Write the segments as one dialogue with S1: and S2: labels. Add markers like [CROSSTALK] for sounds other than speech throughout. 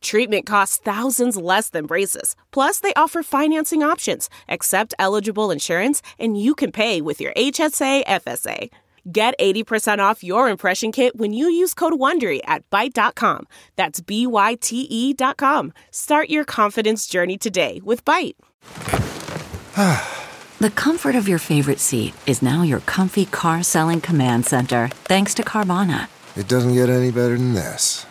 S1: Treatment costs thousands less than braces. Plus, they offer financing options, accept eligible insurance, and you can pay with your HSA, FSA. Get 80% off your impression kit when you use code WONDERY at Byte.com. That's B-Y-T-E E dot com. Start your confidence journey today with Byte.
S2: The comfort of your favorite seat is now your comfy car selling command center, thanks to Carvana.
S3: It doesn't get any better than this.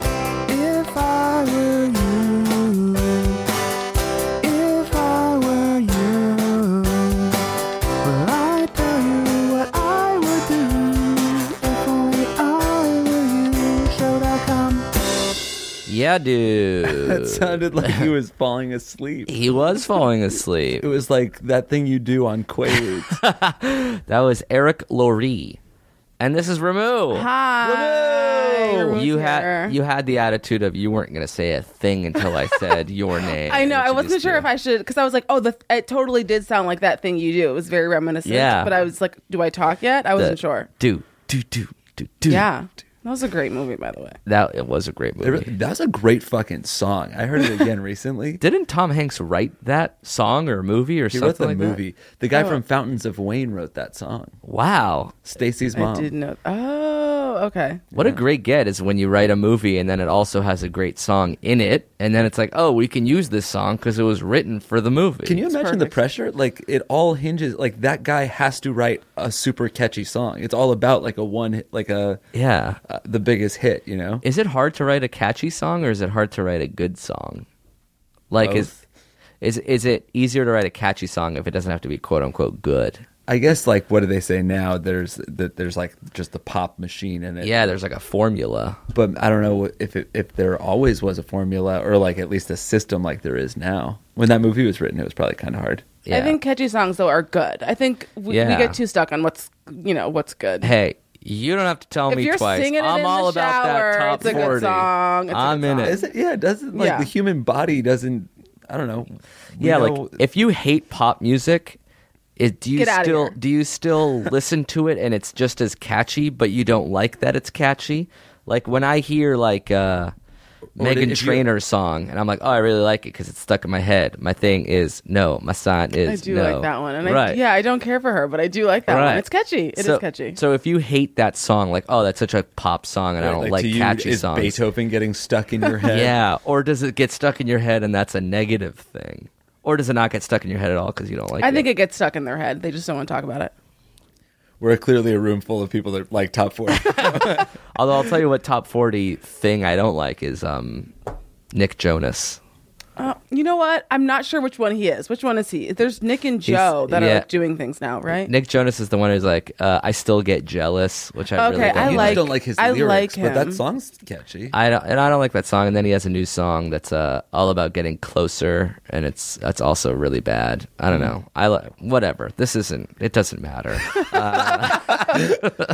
S3: If I were you, if I were you, well, I'd tell you what I would do. If only I were you, show.com.
S4: Yeah, dude.
S5: That [LAUGHS] sounded like he was falling asleep.
S4: he
S6: [LAUGHS]
S4: was falling asleep.
S5: It was like that thing you do on [LAUGHS] Quaaludes.
S4: That was Eric Laurie. And this is Ramu.
S6: Hi. Ramu's
S4: You
S6: here.
S4: had you had the attitude of you weren't going to say a thing until I
S6: [LAUGHS]
S4: said your name.
S6: I know.
S4: and
S6: I wasn't
S4: introduced
S6: sure
S4: you.
S6: if I should because I was like, oh, the it totally did sound like that thing you do. It was very reminiscent.
S4: Yeah.
S6: But I was like, do I talk yet? I wasn't
S4: The- [CLEARS THROAT]
S6: sure.
S4: Do do do do do.
S6: Yeah. That was a great movie, by the way.
S4: That it was a great
S5: It
S4: movie.
S5: re- That's a great fucking song. I heard it [LAUGHS] again recently.
S4: Didn't Tom Hanks write that song or movie or
S5: He
S4: something
S5: wrote the
S4: like that?
S5: movie. The guy from Fountains of Wayne wrote that song.
S4: Wow.
S5: Stacy's
S6: I
S5: mom.
S6: did know. Oh, okay.
S4: What a great get is when you write a movie and then it also has a great song in it, and then it's like, oh, we can use this song because it was written for the movie.
S5: Can you imagine the pressure? Like it all hinges. Like that guy has to write a super catchy song. It's all about like a one, hit like a
S4: Yeah.
S5: uh, the biggest hit. You know,
S4: Is it hard to write a catchy song or is it hard to write a good song? Like is is is it easier to write a catchy song if it doesn't have to be quote unquote good?
S5: I guess like what do they say now? There's that there's like just the pop machine in it.
S4: Yeah, there's like a formula.
S5: but I don't know if it, if there always was a formula or like at least a system like there is now. When that movie was written, it was probably kind of hard.
S4: Yeah.
S6: I think catchy songs though are good. I think we,
S4: Yeah.
S6: we get too stuck on what's you know what's good.
S4: Hey, you don't have to tell
S6: If
S4: me
S6: you're
S4: twice.
S6: singing it
S4: I'm
S6: in
S4: all
S6: the
S4: about that
S6: shower,
S4: top
S6: it's a good
S4: 40.
S6: song, it's a
S4: I'm
S6: good
S4: in
S6: song.
S4: it.
S5: Is it? Yeah, it doesn't like
S6: Yeah.
S5: the human body doesn't. I don't know. We
S4: yeah,
S5: know-
S4: like if you hate pop music, it, do you
S6: Get outta
S4: still
S6: here.
S4: do you
S6: [LAUGHS]
S4: still listen to it and it's just as catchy, but you don't like that it's catchy? Like when I hear like uh, Megan
S5: if you're-
S4: Trainor's song, and I'm like, oh, I really like it because it's stuck in my head. My thing is no, my sign
S6: I
S4: is
S6: do
S4: no.
S6: like that one, and I,
S4: right.
S6: yeah, I don't care for her, but I do like that
S4: Right.
S6: one. It's catchy. It is
S4: so,
S6: catchy.
S4: So if you hate that song, like, oh, that's such a pop song, and I don't like,
S5: to you,
S4: catchy
S5: is
S4: songs.
S5: Beethoven getting stuck in
S4: [LAUGHS]
S5: your head?
S4: Yeah, or does it get stuck in your head, and that's a negative thing, or does it not get stuck in your head at all because you don't like
S6: I
S4: it?
S6: think it gets stuck in their head. They just don't want to talk about it.
S5: We're clearly a room full of people that like top
S4: [LAUGHS]
S5: four.
S4: [LAUGHS] Although I'll tell you what top forty thing I don't like is um, Nick Jonas.
S6: You know what? I'm not sure which one he is. Which one is he? There's Nick and
S4: He's-
S6: Joe that
S4: yeah.
S6: are like doing things now, right?
S4: Nick Jonas is the one who's like, uh, I still get jealous, which I
S6: Okay,
S4: really don't
S6: I
S5: I
S6: like-
S5: don't like his
S6: I
S5: lyrics,
S6: like
S5: but that
S6: him.
S5: song's catchy.
S4: I don't, and I don't like that song. And then he has a new song that's uh, all about getting closer, and it's that's also really bad. I don't know. I li- whatever. This isn't. It doesn't matter. uh, [LAUGHS]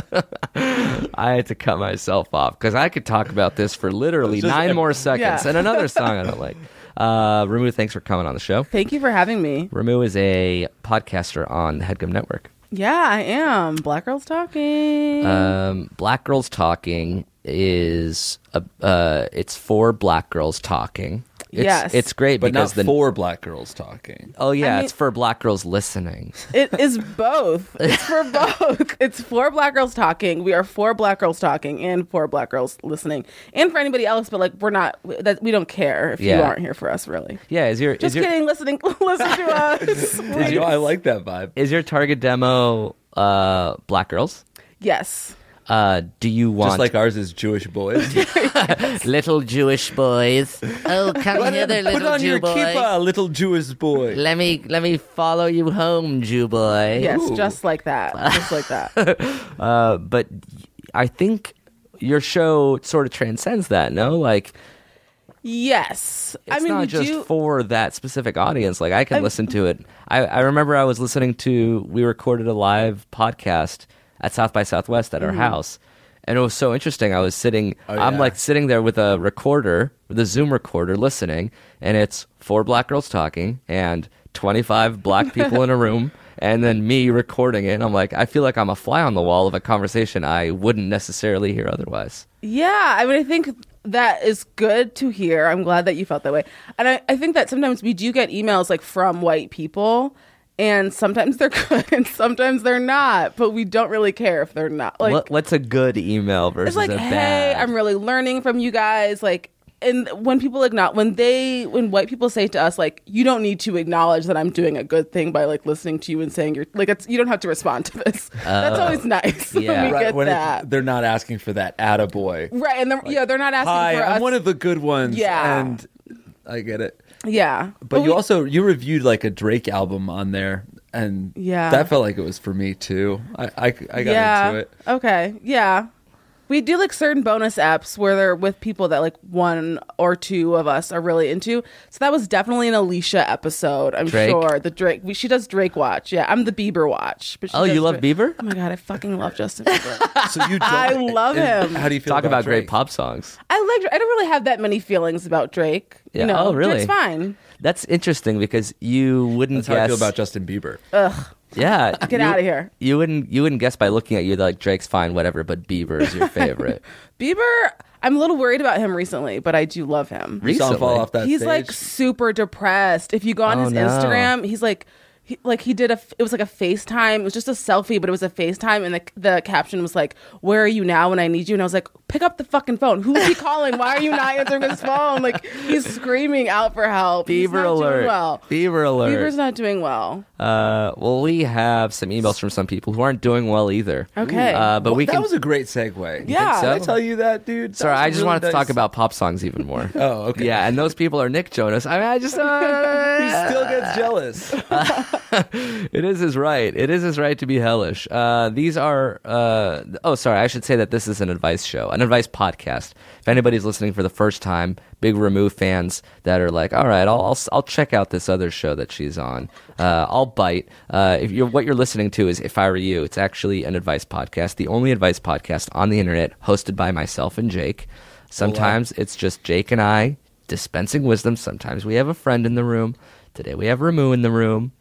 S4: I had to cut myself off because I could talk about this for literally nine more seconds.
S6: Yeah.
S4: And another song I don't like. Uh, Ramu, thanks for coming on the show.
S6: Thank you for having me.
S4: Ramu is a podcaster on the Headgum Network.
S6: Yeah, I am. Black girls talking.
S4: Um, black girls talking is a, uh, it's for black girls talking. It's,
S6: Yes.
S4: it's great
S5: but not
S4: because the
S5: four black girls talking.
S4: oh yeah,
S6: I mean-
S4: it's for black girls listening.
S6: It is both. It's
S4: [LAUGHS]
S6: for both. It's for Black Girls Talking. We are for Black Girls Talking and for Black Girls Listening, and for anybody else. But like, we're not. That we don't care if
S4: Yeah.
S6: you aren't here for us, really.
S4: Yeah, is your
S6: [LAUGHS]
S4: is
S6: Just
S4: your
S6: kidding. Listening, listen to us.
S5: You know, I like that vibe.
S4: is your target demo uh, black girls?
S6: yes.
S4: Uh, do you want
S5: Just like ours is Jewish
S4: [LAUGHS]
S5: boys.
S4: little Jewish
S5: [LAUGHS]
S4: boys? Oh, come
S5: Put
S4: here,
S5: on- put
S4: little
S5: on
S4: Jew
S5: your
S4: boy.
S5: kippah, little Jewish boy.
S4: Let me let me follow you home, Jew boy.
S6: Yes, just like that. Just
S4: [LAUGHS]
S6: like that.
S4: Uh, but I think your show sort of transcends that. No, like
S6: yes.
S4: it's
S6: I mean,
S4: not
S6: we
S4: just
S6: do.
S4: for that specific audience. Like I can listen to it. I, I remember I was listening to we recorded a live podcast at South by Southwest
S6: Mm-hmm.
S4: at our house, and it was so interesting. I was sitting. I'm
S5: yeah.
S4: like sitting there with a recorder, with a Zoom recorder, listening, and it's four black girls talking and 25
S6: [LAUGHS]
S4: black people in a room. And then me recording it, and I'm like, I feel like I'm a fly on the wall of a conversation I wouldn't necessarily hear otherwise.
S6: Yeah, I mean, I think that is good to hear. I'm glad that you felt that way. And I, I think that sometimes we do get emails like from white people, and sometimes they're [LAUGHS] good and sometimes they're not, but we don't really care if they're not. Like,
S4: what, what's a good email versus
S6: it's like,
S4: a
S6: hey,
S4: bad?
S6: I'm really learning from you guys. Like, and when people acknowledge, when they, when white people say to us, like, you don't need to acknowledge that I'm doing a good thing by like listening to you and saying you're like, it's, you don't have to respond to this. [LAUGHS] That's always nice. [LAUGHS] when
S4: Oh. yeah.
S6: we
S4: Right,
S6: get
S5: when it-
S6: that.
S5: they're not asking for that attaboy.
S6: right. And they're, yeah, they're not asking
S5: Hi,
S6: for
S5: I'm
S6: us.
S5: one of the good ones.
S6: Yeah.
S5: And I get it.
S6: yeah.
S5: But, you
S6: we-
S5: also you reviewed like a Drake album on there and
S6: Yeah.
S5: that felt like it was for me too. I I, I got
S6: yeah.
S5: into it.
S6: Okay. Yeah. We do like certain bonus apps where they're with people that like one or two of us are really into. So that was definitely an Alicia episode. I'm
S4: Drake?
S6: sure the Drake. we- She does Drake watch. Yeah, I'm the Bieber watch. But she
S4: Oh,
S6: does
S4: you love
S6: Drake-
S4: Bieber?
S6: Oh my god, I fucking love Justin
S4: [LAUGHS]
S6: Bieber.
S5: So
S6: [LAUGHS]
S5: you
S6: I
S5: don't-
S6: love
S5: and
S6: him.
S5: How do you feel
S4: Talk about great
S5: Drake?
S4: pop songs.
S6: I like. I don't really have that many feelings about Drake.
S4: Yeah.
S6: You know,
S4: Oh, really?
S6: Drake's fine.
S4: That's interesting because you wouldn't
S5: That's how I feel
S4: guess.
S5: about Justin Bieber.
S6: Uh,
S4: yeah,
S6: Get
S4: you-
S6: out of here.
S4: You wouldn't. You wouldn't guess by looking at you like Drake's fine, whatever. But Bieber is your favorite.
S6: Bieber. I'm a little worried about him recently, but I do love him.
S5: You saw him fall
S4: Recently.
S5: off that
S6: he's
S5: stage.
S6: like super depressed. If you go on
S4: Oh,
S6: his
S4: no.
S6: Instagram, he's like, he, like he did a, f- it was like a FaceTime. It was just a selfie, but it was a FaceTime, and the the caption was like, "Where are you now when I need you?" And I was like, "Pick up the fucking phone. Who's he calling? Why are you not answering his phone?" Like he's screaming out for help. He's
S4: Bieber
S6: not doing
S4: alert.
S6: well.
S4: Bieber alert.
S6: Bieber's not doing well.
S4: uh, well, we have some emails from some people who aren't doing well either.
S6: Okay.
S4: Uh, but
S5: Well,
S4: we
S5: that
S4: can.
S5: was a great segue.
S6: Yeah.
S4: so?
S5: Did I tell you that, dude? That
S4: Sorry,
S5: was a
S4: I just
S5: really
S4: wanted to talk
S5: nice-
S4: about pop songs even more.
S5: [LAUGHS] Oh, okay.
S4: Yeah, and those people are Nick Jonas. I mean, I just. uh,
S5: He still gets jealous.
S4: It is his right. It is his right to be hellish. Uh, these are. Uh, oh, sorry. I should say that this is an advice show, an advice podcast. If anybody's listening for the first time, big Remove fans that are like, all right, I'll, I'll, I'll check out this other show that she's on. Uh, I'll bite. Uh, if you're, what you're listening to is If I Were You, it's actually an advice podcast, the only advice podcast on the internet hosted by myself and Jake. Sometimes it's just Jake and I dispensing wisdom. Sometimes we have a friend in the room. Today we have Ramu in the room.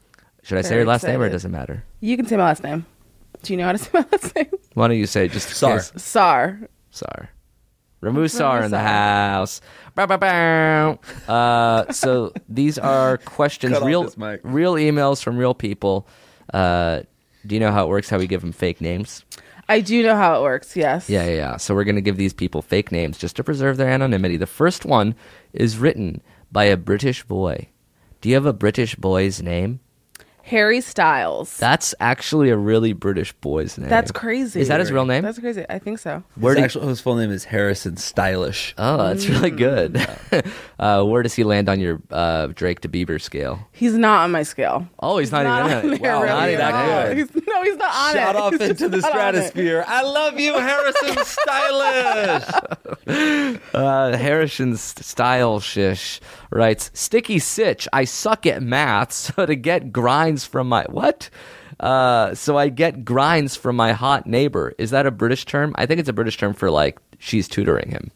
S4: Should I say
S6: Very
S4: your last name or it
S6: excited.
S4: doesn't matter?
S6: You can say my last name. Do you know how to [LAUGHS] say my last name?
S4: Why don't you say it just in
S5: Sar.
S4: case?
S6: Sar.
S4: Sar. Remove Sar in the
S6: Sar.
S4: house. Bow, bow, bow. Uh, so these are questions,
S5: Cut off
S4: real
S5: this mic.
S4: real emails from real people. Uh, do you know how it works? How we give them fake names?
S6: I do know how it works. Yes.
S4: Yeah, yeah, yeah. So we're going to give these people fake names just to preserve their anonymity. The first one is written by a British boy. Do you have a British boy's name?
S6: Harry Styles.
S4: That's actually a really British boy's name.
S6: That's crazy.
S4: Is that his real name?
S6: That's crazy. I think so.
S4: Where
S5: His
S4: do you-
S5: actual his full name is Harrison Stylish.
S4: Oh, that's
S5: Mm.
S4: really good. [LAUGHS] uh, where does he land on your uh, Drake to Bieber scale?
S6: He's not on my scale.
S4: Oh, he's not, even
S6: on
S4: in it.
S6: there,
S4: Wow,
S6: really.
S4: not
S5: even
S4: that
S5: [LAUGHS] good.
S6: He's- no, he's not on
S5: Shot
S6: it.
S5: off
S6: He's
S4: [LAUGHS]
S5: into the
S6: not on it.
S5: stratosphere. I love you, Harrison Stylish.
S4: [LAUGHS] Uh, Harrison St- Style Shish writes, "Sticky sitch. I suck at math, so to get grinds from my what? Uh, so I get grinds from my hot neighbor. Is that a British term? I think it's a British term for like she's tutoring him."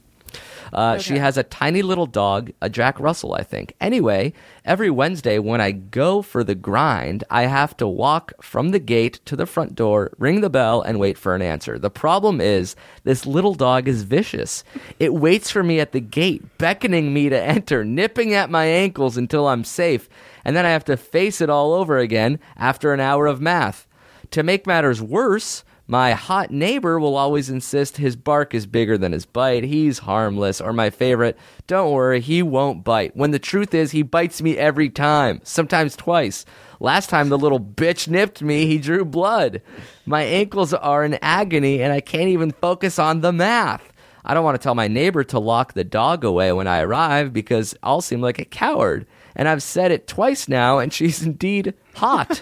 S4: Uh, She has a tiny little dog, a Jack Russell, I think. Anyway, every Wednesday when I go for the grind, I have to walk from the gate to the front door, ring the bell, and wait for an answer. The problem is, this little dog is vicious. It waits for me at the gate, beckoning me to enter, nipping at my ankles until I'm safe, and then I have to face it all over again after an hour of math. To make matters worse, My hot neighbor will always insist his bark is bigger than his bite. He's harmless. Or my favorite, don't worry, he won't bite. When the truth is, he bites me every time, sometimes twice. Last time the little bitch nipped me, he drew blood. My ankles are in agony and I can't even focus on the math. I don't want to tell my neighbor to lock the dog away when I arrive because I'll seem like a coward. And I've said it twice now, and she's indeed hot.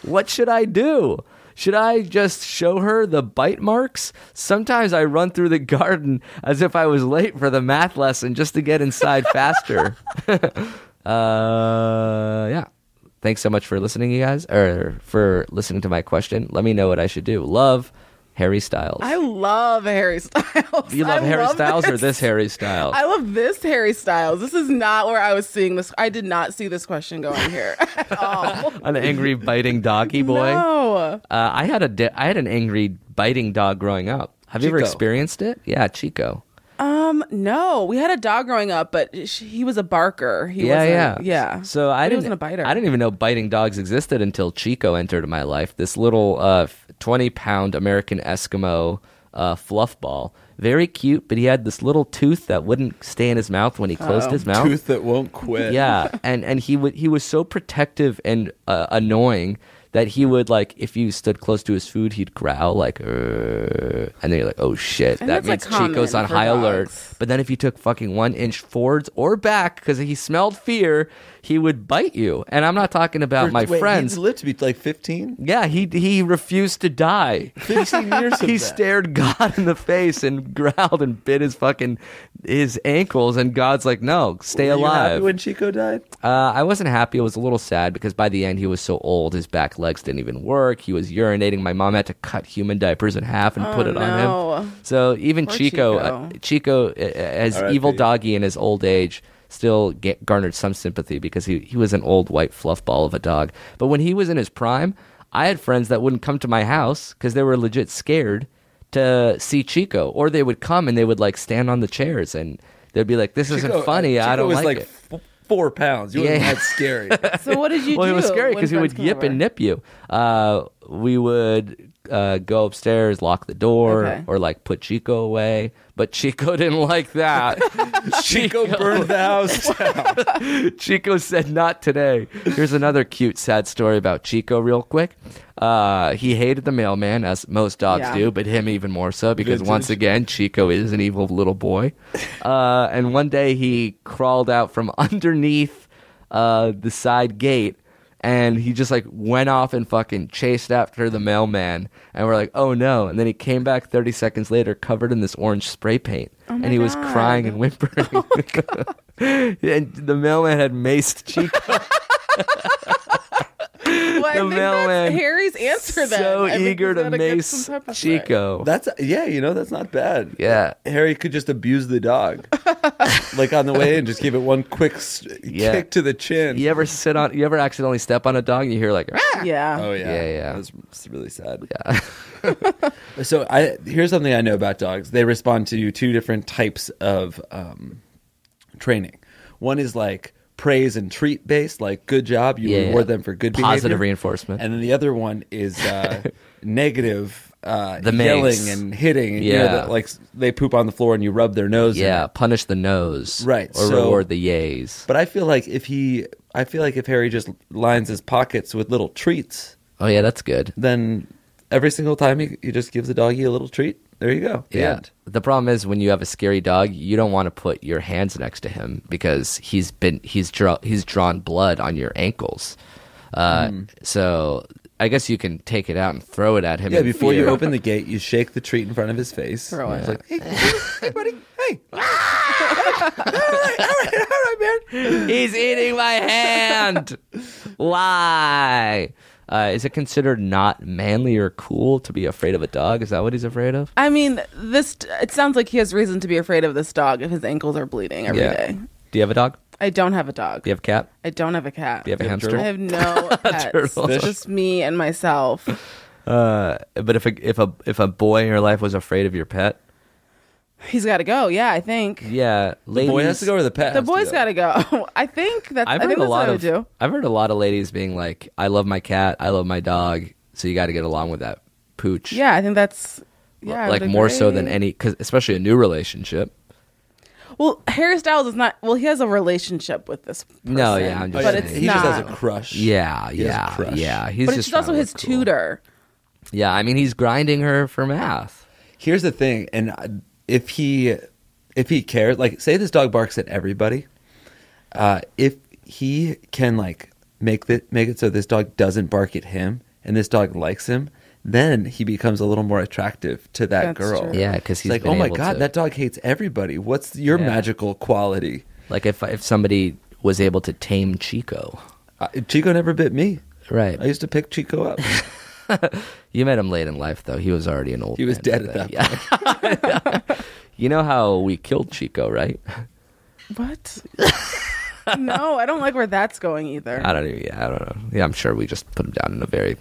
S4: what should I do? Should I just show her the bite marks? Sometimes I run through the [LAUGHS] garden as if I was late for the math lesson just to get inside faster. [LAUGHS] uh, yeah. Thanks so much for listening, you guys, or for listening to my question. Let me know what I should do. Love, Harry Styles.
S6: [LAUGHS] I love Harry Styles.
S4: You love
S6: I
S4: Harry Styles or
S6: this.
S4: this Harry Styles?
S6: I love this Harry Styles. This is not where I was seeing this. I did not see this question
S4: [LAUGHS]
S6: going here at all.
S4: An angry biting doggy boy.
S6: [LAUGHS] No.
S4: Uh, I had a di- I had an angry biting dog growing up. Have you ever
S5: Chico.
S4: experienced it? Yeah, Chico.
S6: Um, no. We had a dog growing up, but sh he was a barker. He
S4: yeah, yeah,
S6: wasn't, yeah.
S4: So I
S6: But he
S4: didn't.
S6: wasn't a biter.
S4: I didn't even know biting dogs existed until Chico entered my life. This little uh, twenty-pound American Eskimo uh, fluff ball, very cute, but he had this little tooth that wouldn't stay in his mouth when he closed his mouth.
S5: Tooth that won't quit.
S4: yeah and and he would he was so protective and uh, annoying that he would like if you stood close to his food he'd growl like "Urgh," and then you're like oh shit
S6: And
S4: that
S6: that's, like,
S4: means chico's
S6: common
S4: on
S6: for
S4: high alert
S6: dogs.
S4: but then if you took fucking one inch forwards or back because he smelled fear he would bite you and i'm not talking about Uh, my
S5: Wait, he
S4: friends
S5: lived to be
S4: [LAUGHS]
S5: like 15?
S4: yeah he he refused to die
S5: 15 years of
S4: he
S5: that.
S4: stared God in the face and [LAUGHS] growled and bit his fucking his ankles, and God's like, "No, stay
S5: Were you happy
S4: alive."
S5: when Chico died?
S4: Uh, I wasn't happy. I was a little sad because by the end he was so old, his back legs didn't even work. He was urinating. My mom had to cut human diapers in half and put it on
S6: Oh, no.
S4: him. So even
S6: Poor
S4: Chico, uh, Chico, uh, as
S5: R.I.P.
S4: evil doggy in his old age, still get, garnered some sympathy because he he was an old white fluff ball of a dog. But when he was in his prime, I had friends that wouldn't come to my house because they were legit scared to see Chico, or they would come and they would like stand on the chairs and. They'd be like, "This
S5: Chico- uh,
S4: isn't funny.
S5: Chico
S4: I don't
S5: was
S4: like,
S5: like
S4: it."
S5: f- four pounds. You yeah.
S4: Yeah.
S5: that's scary.
S4: [LAUGHS]
S6: So what did you
S4: well, it
S6: do?
S4: was scary
S6: when
S4: because he
S6: friends
S4: would
S6: came
S4: yip
S6: over?
S4: and nip you. Uh, we would uh, go upstairs, lock the door,
S6: Okay.
S4: or like put Chico away. But Chico [LAUGHS] didn't like that.
S5: Chico burned the house
S4: [LAUGHS]
S5: down.
S4: Chico said, "Not today." Here's another cute, sad story about Chico, real quick. Uh, he hated the mailman, as most dogs
S6: Yeah.
S4: do, but him even more so because once again, Chico is an evil little boy. Uh, and one day he crawled out from [LAUGHS] underneath uh, the side gate. And he just like went off and fucking chased after the mailman. And we're like, oh no. And then he came back 30 seconds later covered in this orange spray paint. and he was crying and whimpering. [LAUGHS] and the mailman had maced Chico.
S6: Well, I
S4: the
S6: think
S4: mailman
S6: that's Harry's answer then.
S4: so
S6: I think
S4: eager
S6: he's
S4: to
S6: gotta get
S4: mace
S6: some type of way.
S4: Chico.
S5: That's yeah, you know that's not bad.
S4: Yeah.
S5: Harry could just abuse the dog, like on the way in, just give it one quick s
S4: Yeah.
S5: kick to the chin.
S4: You ever sit on? You ever accidentally step on a dog and you hear like, "Ah!"
S6: Yeah.
S5: Oh yeah,
S4: Yeah, yeah.
S5: That's it's really sad. Yeah. [LAUGHS] so I here's something I know about dogs. They respond to two different types of um, training. One is like praise and treat based, like good job, you
S4: Yeah.
S5: reward them for good
S4: Positive
S5: behavior.
S4: reinforcement.
S5: and then the other one is
S4: [LAUGHS]
S5: uh, negative. Uh,
S4: The mace.
S5: yelling and hitting, and, you know,
S4: Yeah.
S5: that, like they poop on the floor and you rub their nose. in
S4: yeah,
S5: it.
S4: punish the nose,
S5: Right,
S4: or
S5: so-
S4: reward the yays.
S5: But I feel like if he, I feel like if Harry just lines his pockets with little treats,
S4: Oh yeah, that's good.
S5: then every single time he, he just gives the doggy a little treat. There you go. The
S4: Yeah.
S5: end.
S4: The problem is when you have a scary dog, you don't want to put your hands next to him because he's been he's draw he's drawn blood on your ankles. Uh,
S5: Hmm.
S4: So I guess you can take it out and throw it at him.
S5: Yeah.
S4: in
S5: Before you
S4: fear. [LAUGHS]
S5: open the gate, you shake the treat in front of his face.
S6: Throw
S5: It's
S6: it.
S5: like, hey, hey, buddy,
S6: [LAUGHS]
S5: hey. all right, all right, all right, man.
S4: He's eating my hand. Why? Uh, is it considered not manly or cool to be afraid of a dog? Is that what he's afraid of?
S6: I mean, this it sounds like he has reason to be afraid of this dog if his ankles are bleeding every day.
S4: Do you have a dog?
S6: I don't have a dog.
S4: Do you have a cat?
S6: I don't have a cat.
S4: Do you have a
S5: have a
S4: hamster?
S6: I
S4: [LAUGHS]
S6: have no pets.
S4: Turtle.
S6: It's just me and myself.
S4: but if a if a if a boy in your life was afraid of your pet,
S6: He's got to go. Yeah, I think
S4: yeah,
S5: The boy has to go or the pet.
S6: the boy's got to go. [LAUGHS] I think that's. i
S4: I've
S6: think
S4: heard a
S6: that's
S4: lot
S6: what I would
S4: of
S6: do.
S4: I've heard a lot of ladies being like, "I love my cat, I love my dog," so you got to get along with that pooch.
S6: Yeah, I think that's yeah, I
S4: like
S6: would
S4: more so than
S6: agree.
S4: any, cause especially a new relationship.
S6: Well, Harry Styles is not. Well, he has a relationship with this. Person,
S4: No, yeah, I'm just
S6: but
S4: saying.
S6: it's
S5: he
S6: not.
S5: just has a crush.
S4: Yeah,
S5: He has a
S4: yeah,
S5: crush.
S4: yeah. He's
S6: but
S4: just
S6: it's also
S4: trying to
S6: his
S4: look cool.
S6: tutor.
S4: Yeah, I mean, he's grinding her for math.
S5: Here's the thing, and I- if he if he cares, like say this dog barks at everybody, uh, if he can like make the make it so this dog doesn't bark at him and this dog likes him, then he becomes a little more attractive to that
S6: That's
S5: girl.
S6: true.
S4: Yeah, because
S5: It's
S4: he's
S5: like,
S4: been
S5: oh my
S4: able
S5: god,
S4: to-
S5: that dog hates everybody. What's your
S4: Yeah.
S5: magical quality?
S4: Like if if somebody was able to tame Chico,
S5: Uh, Chico never bit me.
S4: right?
S5: I used to pick
S4: [LAUGHS]
S5: Chico up.
S4: You met him late in life, though. He was already an old.
S5: He was
S4: man
S5: dead
S4: by
S5: at
S4: then.
S5: that
S4: Yeah. you know how we killed Chico, right?
S6: What? [LAUGHS] no, I don't like where that's going either.
S4: I don't know. Yeah, I don't know. Yeah, I'm sure we just put him down in a very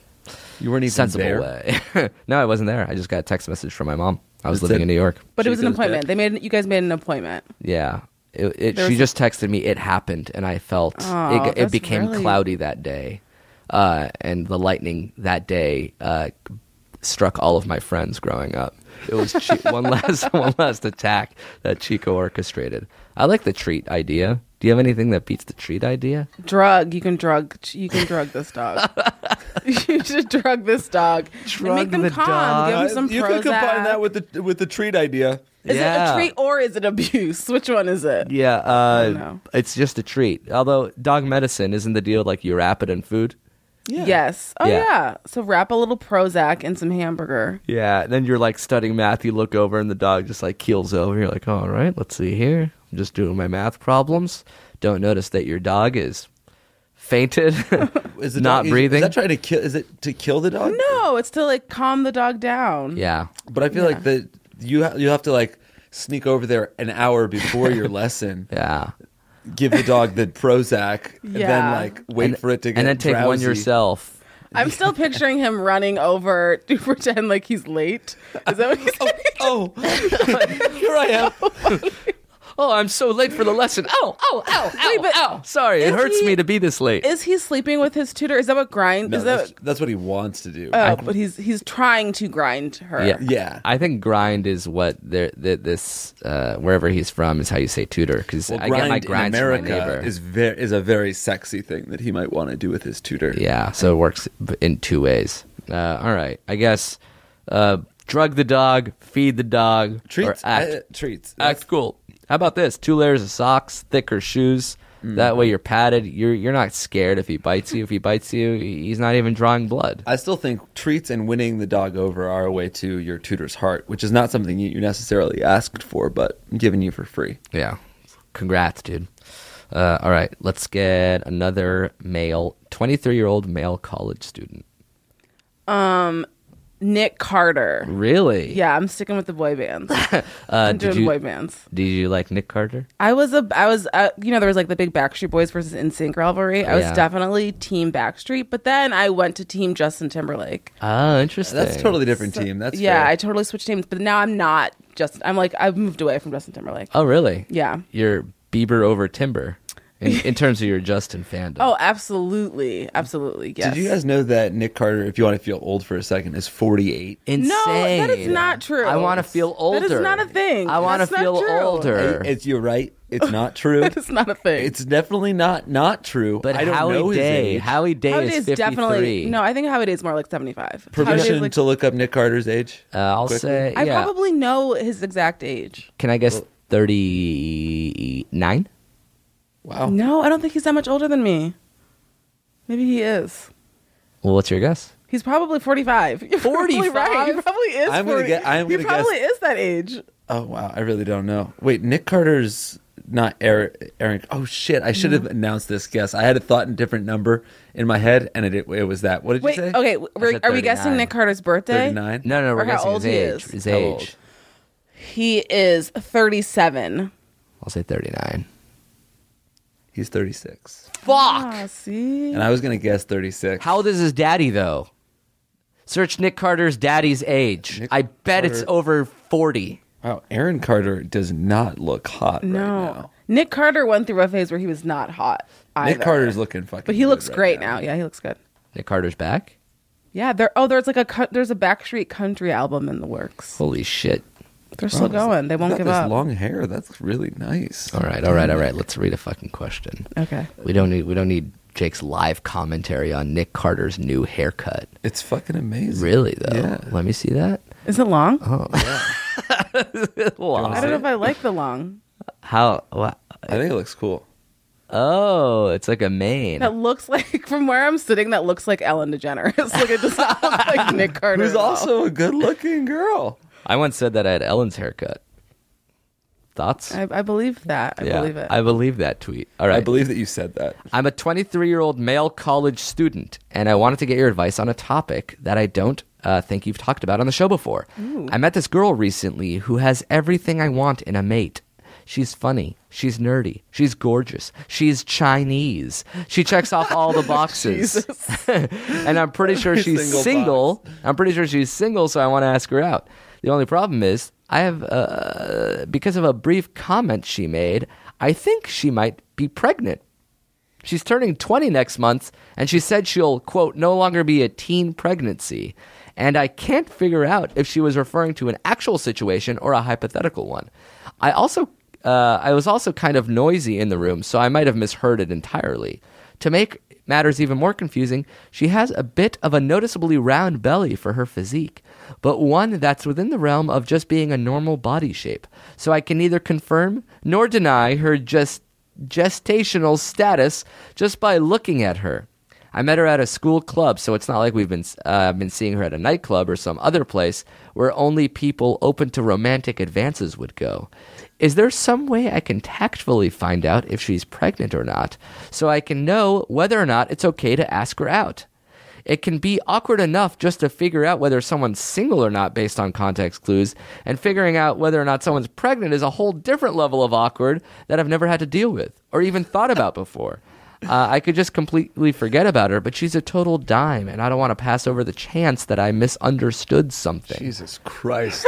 S5: You weren't even
S4: sensible
S5: there.
S4: way. [LAUGHS] no, I wasn't there. I just got a text message from my mom. I was
S5: That's
S4: living
S5: it.
S4: in New York.
S6: But it was an
S5: Chico's
S6: appointment.
S5: dead.
S6: They made you guys made an appointment.
S4: Yeah. It, it,
S6: There
S4: she
S6: was-
S4: just texted me. It happened, and I felt
S6: Oh,
S4: it. It
S6: that's
S4: became
S6: really-
S4: cloudy that day, uh, and the lightning that day uh, struck all of my friends growing up. It was chi- [LAUGHS] one last one last attack that Chico orchestrated. I like the treat idea. Do you have anything that beats the treat idea?
S6: Drug. You can drug. You can drug
S5: [LAUGHS]
S6: this dog. [LAUGHS] you should drug this dog.
S4: Drug
S6: and make them
S4: the
S6: calm.
S4: dog.
S6: Give
S5: Uh,
S6: them some
S5: you
S6: Prozac.
S5: could combine that with the with the treat idea.
S6: Is it
S4: Yeah.
S6: a treat or is it abuse? [LAUGHS] Which one is it?
S4: Yeah,
S6: don't
S4: uh,
S6: know.
S4: it's just a treat. Although dog medicine isn't the deal like you wrap it in food.
S6: Yes. Oh
S4: Yeah.
S6: yeah. So wrap a little Prozac in some hamburger.
S4: Yeah, and then you're like studying math. You look over, and the dog just like keels over. You're like, all right, let's see here. I'm just doing my math problems. Don't notice that your dog is fainted, [LAUGHS]
S5: Is the
S4: not
S5: dog, is-
S4: breathing.
S5: Is that trying to kill? Is it to kill the dog?
S6: No, it's to like calm the dog down.
S4: yeah,
S5: But I feel like the you ha- you have to like sneak over there an hour before
S4: [LAUGHS]
S5: your lesson,
S4: yeah.
S5: give the dog the Prozac, and then
S6: Yeah.
S5: like wait
S4: and,
S5: for it to get
S4: and then take one
S5: drowsy.
S6: [LAUGHS]
S4: yourself. [LAUGHS]
S6: I'm still picturing him running over [LAUGHS] to pretend like he's late.
S5: [LAUGHS]
S6: Is that what he's saying?
S4: Oh, [LAUGHS] here I am.
S6: [LAUGHS]
S4: oh, I'm so late for the lesson. Oh, oh, oh, oh,
S6: Wait, but
S4: oh. Sorry, it
S6: is
S4: hurts
S6: he-
S4: me to be this late.
S6: Is he sleeping with his tutor? Is that what grind?
S5: No,
S6: is
S5: that's,
S6: that?
S5: that's what he wants to do.
S6: Oh, but he's he's trying to grind her.
S4: yeah,
S5: Uh, Yeah.
S4: I think grind is what there. th- This uh, wherever he's from is how you say tutor because
S5: well,
S4: I
S5: grind
S4: get my
S5: in
S4: grinds
S5: America
S4: from my neighbor.
S5: is very is a very sexy thing that he might want to do with his tutor.
S4: Yeah, so it works in two ways. Uh, all right, I guess uh, drug the dog, feed the dog, or
S5: Treats,
S4: act,
S5: uh, treats.
S4: act cool. How about this? Two layers of socks, thicker shoes. That way you're padded. You're you're not scared if he bites you. If he bites you, he's not even drawing blood.
S5: I still think treats and winning the dog over are a way to your tutor's heart, which is not something you necessarily asked for, but I'm giving you for free.
S4: Yeah, congrats, dude. Uh, all right, let's get another male, 23 year old male college student.
S6: Nick Carter.
S5: Mm.
S4: Really?
S6: Yeah, I'm sticking with the boy
S5: [LAUGHS]
S6: bands.
S4: Uh,
S6: I'm
S4: did
S6: doing
S4: you
S6: boy bands.
S4: did you like Nick Carter?
S6: I was a I was uh you know there was like the big Backstreet Boys versus NSYNC rivalry. I was
S4: Yeah.
S6: definitely team Backstreet, but then I went to team Justin Timberlake.
S4: Oh, interesting.
S5: That's a totally different team. That's
S6: yeah,
S5: fair.
S6: I totally switched teams, but now I'm not Justin. I'm like I've moved away from Justin Timberlake.
S4: Oh, really?
S6: Yeah.
S4: You're Bieber over Timber in,
S6: [LAUGHS]
S4: in terms of your Justin fandom.
S6: Oh, absolutely, absolutely. Yes.
S5: Did you
S6: [LAUGHS]
S5: guys know that Nick Carter, if you want to feel old for a second, is 48?
S4: insane!
S6: No, that is not true.
S4: I want to feel older.
S6: That is not a thing.
S4: I want to
S6: That's not
S4: feel
S6: true.
S4: older.
S5: It's you're right.
S4: [LAUGHS]
S5: It's not true.
S6: That is not a thing.
S5: it's definitely not not true.
S4: but
S5: I don't
S4: Howie
S5: know his
S4: Day,
S5: age.
S4: Howie Day
S6: How it
S4: is,
S6: is
S4: 53.
S6: definitely no. I think how it is more like seventy five.
S5: Permission to look up Nick Carter's age?
S4: uh, I'll
S5: Quickly.
S4: say.
S6: I
S4: yeah.
S6: probably know his exact age.
S4: Can I guess thirty-nine?
S5: Wow.
S6: No, I don't think he's that much older than me. Maybe he is.
S4: Well, what's your guess?
S6: He's probably forty five. [LAUGHS] You're probably right. He
S4: 45?
S6: probably is.
S5: I'm gonna
S6: 40.
S5: get- I'm
S6: he
S5: gonna
S6: probably is that age.
S5: Oh wow. I really don't know. Wait, Nick Carter's not Aaron. Aaron oh shit! I should have announced this guess. I had a thought in a different number in my head, and it it was that. What did
S6: Wait.
S5: you say?
S6: Okay. We're,
S4: said
S6: are we guessing
S4: 39.
S6: Nick Carter's birthday?
S5: 39?
S4: No, no,
S6: Or
S4: we're
S6: how
S4: guessing
S6: old
S4: his
S6: he
S4: age.
S6: is.
S4: His
S5: How old?
S4: age.
S6: He is thirty seven.
S4: I'll say thirty-nine.
S5: He's 36.
S6: Ah, see.
S5: And I was going to guess 36.
S4: How old is his daddy though? Search Nick Carter's daddy's age.
S5: Nick
S4: I bet it's
S5: Carter-
S4: over forty.
S5: Wow, Aaron Carter does not look hot
S6: No.
S5: right now.
S6: Nick Carter went through a phase where he was not hot. Either.
S5: Nick Carter's looking fucking
S6: But he
S5: good
S6: looks
S5: right
S6: great
S5: now.
S6: now. Yeah, he looks good.
S4: Nick Carter's back.
S6: Yeah, there. Oh, there's like a co- there's a Backstreet Country album in the works.
S4: Holy shit.
S6: They're still going. They won't
S5: Got
S6: give
S5: this
S6: up.
S5: long hair. That's really nice.
S4: All right, all right, all right. Let's read a fucking question.
S6: Okay.
S4: We don't need we don't need Jake's live commentary on Nick Carter's new haircut.
S5: It's fucking amazing.
S4: Really though.
S5: Yeah.
S4: Let me see that.
S6: Is it long?
S5: Oh,
S6: I
S4: Wow.
S6: don't know if I like the long.
S4: How wow.
S5: I think it looks cool.
S4: Oh, it's like a mane.
S6: That looks like [LAUGHS] from where I'm sitting. That looks like Ellen DeGeneres. [LAUGHS] like it does not look
S4: [LAUGHS]
S6: like Nick Carter.
S5: Who's
S6: at all.
S5: also a good-looking girl.
S4: I once said that I had Ellen's haircut. Thoughts?
S6: I, I believe that. I
S4: Yeah,
S6: believe it.
S4: I believe that tweet. All right.
S5: I believe that you said that.
S4: I'm a 23 year old male college student, and I wanted to get your advice on a topic that I don't uh, think you've talked about on the show before. I met this girl recently who has everything I want in a mate. She's funny. She's nerdy. She's gorgeous. She's Chinese. She checks off all the boxes. [LAUGHS] and I'm pretty sure she's
S5: single
S4: single. I'm pretty sure she's single, so I want to ask her out. The only problem is, I have, uh, because of a brief comment she made, I think she might be pregnant. She's turning 20 next month, and she said she'll, quote, no longer be a teen pregnancy. And I can't figure out if she was referring to an actual situation or a hypothetical one. I also, uh, I was also kind of noisy in the room, so I might have misheard it entirely. To make matters even more confusing, she has a bit of a noticeably round belly for her physique, but one that's within the realm of just being a normal body shape. So I can neither confirm nor deny her just gestational status just by looking at her. I met her at a school club, so it's not like we've been uh, been seeing her at a nightclub or some other place where only people open to romantic advances would go. Is there some way I can tactfully find out if she's pregnant or not, so I can know whether or not it's okay to ask her out? It can be awkward enough just to figure out whether someone's single or not based on context clues, and figuring out whether or not someone's pregnant is a whole different level of awkward that I've never had to deal with or even thought about before. Uh, I could just completely forget about her, but she's a total dime, and I don't want to pass over the chance that I misunderstood something.
S5: Jesus
S4: [LAUGHS]
S5: Christ.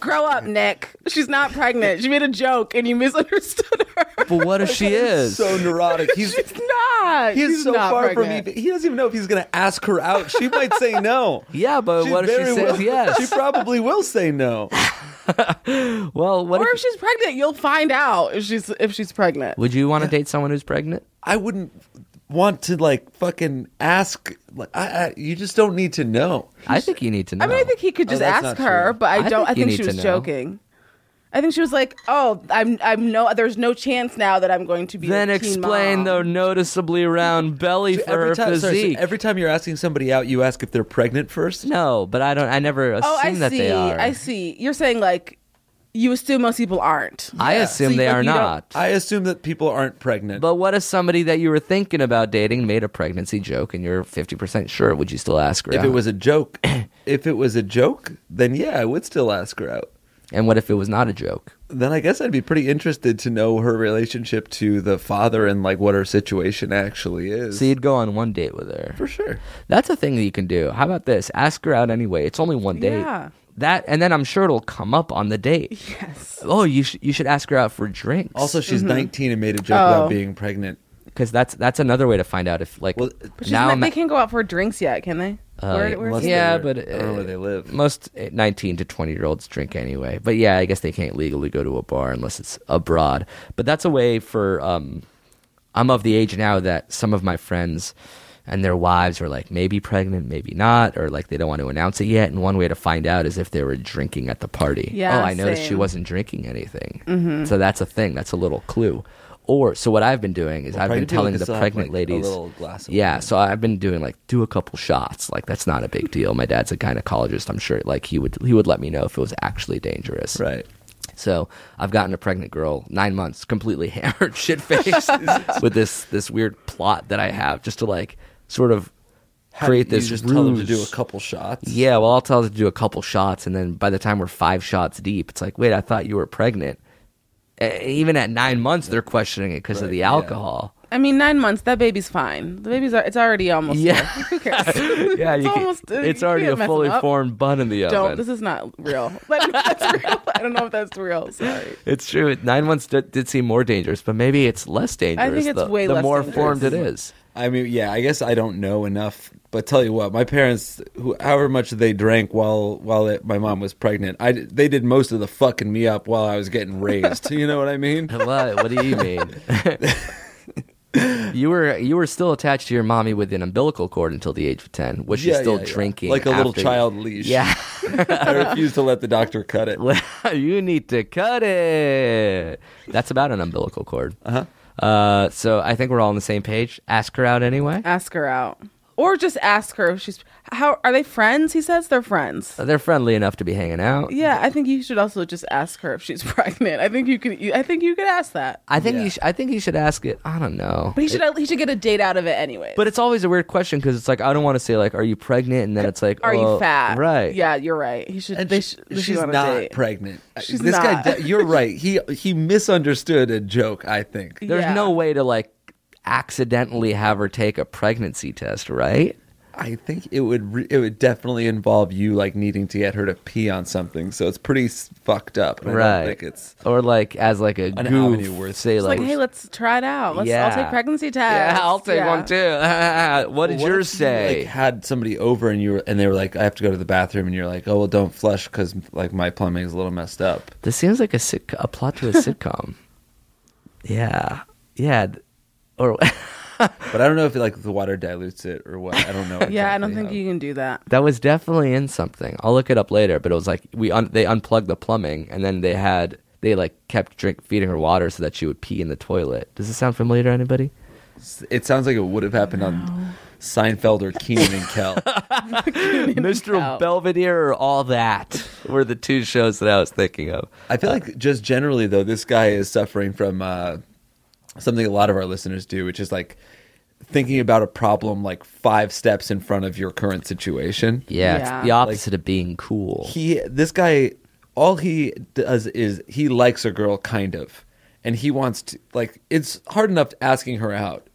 S6: Grow up, Nick. She's not pregnant. She made a joke and you misunderstood [LAUGHS] her.
S4: But what if she is?
S5: so
S4: [LAUGHS]
S5: neurotic. He's
S6: She's not.
S5: he's,
S6: She's
S5: so
S6: not
S5: far
S6: pregnant.
S5: from even. He doesn't even know if he's going to ask her out. She might
S4: [LAUGHS]
S5: say no.
S4: yeah, but what if she
S5: very
S4: says
S5: well-
S4: yes?
S5: She probably will say no.
S4: well, what
S6: Or
S4: if,
S6: if she's pregnant, you'll find out if she's if she's pregnant.
S4: would you want to date someone who's pregnant?
S5: I wouldn't want to like fucking ask. Like, I, I, you just don't need to know.
S4: I think you need to know.
S6: I mean, I think he could
S5: Oh,
S6: just
S5: that's
S6: ask
S5: not
S6: her,
S5: true.
S6: but I
S4: I
S6: don't.
S4: think
S6: I
S4: you
S6: think
S4: need
S6: she
S4: to
S6: was
S4: know.
S6: joking. I think she was like, "Oh, I'm I'm no. There's no chance now that I'm going to be." a
S4: then
S6: teen
S4: explain
S6: mom.
S4: the noticeably round belly for her
S5: time, sorry, so
S4: physique.
S5: every time you're asking somebody out, you ask if they're pregnant first.
S4: no, but I don't. I never assume
S6: Oh, I
S4: that
S6: see.
S4: they are.
S6: I see. You're saying like you assume most people aren't.
S4: I assume
S6: So,
S4: they
S6: like,
S4: are
S6: you don't-
S4: not.
S5: I assume that people aren't pregnant.
S4: But what if somebody that you were thinking about dating made a pregnancy joke and you're 50% sure? Would you still ask her
S5: if
S4: out?
S5: it was
S4: [CLEARS THROAT]
S5: a joke, if it was a joke, then yeah, I would still ask her out.
S4: and what if it was not a joke?
S5: Then I guess I'd be pretty interested to know her relationship to the father and like what her situation actually is.
S4: So you'd go on one date with her.
S5: for sure.
S4: That's a thing that you can do. How about this? Ask her out anyway. It's only one date.
S6: Yeah.
S4: That and then I'm sure it'll come up on the date.
S6: Yes.
S4: Oh, you sh- you should ask her out for drinks.
S5: Also, she's 19 and made a joke
S6: Oh.
S5: about being pregnant.
S4: because that's that's another way to find out if like
S5: Well,
S6: But she's
S4: now
S6: not,
S4: I'm
S6: they can't go out for drinks yet, can they?
S4: Oh,
S6: Where-
S4: yeah.
S6: where is
S5: Unless
S6: he?
S5: they
S4: Yeah,
S5: were-
S4: but
S5: I don't know where they live.
S4: most uh, 19 to 20 year olds drink anyway. But yeah, I guess they can't legally go to a bar unless it's abroad. But that's a way for um I'm of the age now that some of my friends and their wives are like maybe pregnant, maybe not, or like they don't want to announce it yet. And one way to find out is if they were drinking at the party.
S6: Yeah,
S4: oh, I noticed she
S6: same. Mm-hmm.
S4: wasn't drinking anything. So that's a thing. That's a little clue. Or so what I've been doing is I've
S5: pregnant
S4: been
S5: people
S4: telling
S5: can
S4: the
S5: still have,
S4: pregnant
S5: like, a
S4: ladies
S5: little glass of
S4: yeah,
S5: wine.
S4: so I've been doing like do a couple shots. Like that's not a big deal. My dad's a gynecologist. I'm sure like he would he would let me know if it was actually dangerous.
S5: Right.
S4: So I've gotten a pregnant girl nine months, completely [LAUGHS] hammered, shit
S5: [LAUGHS]
S4: faced, with this this weird plot that I have just to like sort of
S5: How
S4: create
S5: do you
S4: this
S5: just tell them to
S4: ruse.
S5: do a couple shots.
S4: Yeah, well, I'll tell her to do a couple shots, and then by the time we're five shots deep, it's like, wait, I thought you were pregnant. E- Even at nine months, they're questioning it because of
S5: Right,
S4: the
S5: yeah.
S4: alcohol.
S6: I mean, nine months. That baby's fine. The baby's are, it's already almost.
S4: Yeah.
S6: there. Who
S4: [LAUGHS]
S6: cares?
S4: Yeah,
S6: It's
S4: you can-
S6: almost- uh, you
S4: it's already
S6: can't
S4: a
S6: mess
S4: fully
S6: them up.
S4: formed bun in the
S6: Don't.
S4: oven.
S6: This is not real. [LAUGHS] Like, that's real. I don't know if that's real. Sorry.
S4: It's true. Nine months did, did seem more dangerous, but maybe it's less dangerous.
S6: it's
S4: the,
S6: way
S4: the
S6: less
S4: more
S6: dangerous.
S4: formed it is.
S5: I mean, yeah, I guess I don't know enough, but tell you what, my parents, who, however much they drank while while it, my mom was pregnant, I d- they did most of the fucking me up while I was getting
S4: [LAUGHS]
S5: raised. you know what I mean?
S4: What? What do you
S6: [LAUGHS]
S4: mean? you were you were still attached to your mommy with an umbilical cord until the age of ten, which is
S5: Yeah,
S4: still
S5: yeah, yeah.
S4: drinking
S5: like a little
S4: after-
S5: child leash.
S4: Yeah,
S5: [LAUGHS]
S4: [LAUGHS]
S5: I refuse to let the doctor cut it.
S4: Well, you need to cut it. That's about an umbilical cord. Uh-huh. so I think we're all on the same page. Ask her out anyway.
S6: Ask her out, or just ask her if she's. How are they friends? He says they're friends.
S4: They're friendly enough to be hanging out.
S6: Yeah, I think you should also just ask her if she's [LAUGHS] pregnant. I think you could. you- I think you could ask that.
S4: I think
S5: Yeah.
S4: you. Sh- I think you should ask it. I don't know.
S6: But he should. he should get a date out of it anyway.
S4: But it's always a weird question because it's like I don't want to say like, "Are you pregnant?" and then it's like,
S6: are
S4: oh,
S6: you fat?
S4: Right.
S6: Yeah, you're right. He should.
S5: And
S6: they
S5: sh-
S6: should. they should
S5: she's
S6: go on a
S5: not
S6: date.
S5: pregnant.
S6: She's
S5: this guy,
S6: not.
S5: d- you're right. He he misunderstood a joke. I think.
S4: There's
S6: Yeah.
S4: no way to like accidentally have her take a pregnancy test, right?
S5: I think it would re- it would definitely involve you like needing to get her to pee on something. So it's pretty s- fucked up. and I
S4: right.
S5: don't think it's
S4: or like as like a
S5: An
S4: goof,
S5: avenue worth-
S4: say
S6: It's
S4: like,
S6: like, hey, let's try it out. Let's.
S4: Yeah.
S6: I'll take pregnancy test.
S4: yeah, I'll take
S6: Yeah.
S4: one too. [LAUGHS] what did
S5: What
S4: yours
S5: if you,
S4: say?
S5: like had somebody over and you were, and they were like, I have to go to the bathroom, and you're like, oh well, don't flush because like my plumbing is a little messed up.
S4: This seems like a sit- a plot
S6: [LAUGHS]
S4: to a sitcom. yeah, yeah, th- or
S5: But I don't know if like the water dilutes it or what. I don't know.
S6: [LAUGHS] Yeah, I don't
S5: exactly
S6: think you can do that.
S4: that was definitely in something. I'll look it up later. But it was like we un- they unplugged the plumbing and then they had they like kept drink feeding her water so that she would pee in the toilet. Does this sound familiar to anybody?
S5: how- It sounds like it would have happened on Seinfeld or Keenan and Kel.
S4: [LAUGHS] Mr. Belvedere or all that were the two shows that I was thinking of.
S5: I feel like just generally though, this guy is suffering from uh, something a lot of our listeners do, which is like thinking about a problem like five steps in front of your current situation.
S4: Yeah, it's
S6: Yeah.
S4: the opposite of being cool.
S5: He, this guy, all he does is he likes a girl, kind of, and he wants to like. It's hard enough asking her out.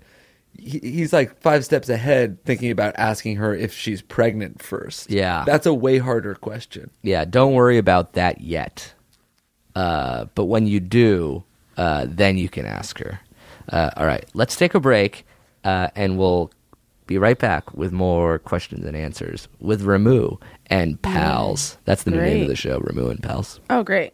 S5: He, he's like five steps ahead, thinking about asking her if she's pregnant first.
S4: Yeah.
S5: that's a way harder question.
S4: yeah, don't worry about that yet. Uh, but when you do, uh, then you can ask her. Uh, all right, let's take a break, uh, and we'll be right back with more questions and answers with Ramu and Pals. That's the new name of
S6: Great.
S4: the show, Ramu and Pals.
S6: Oh, great.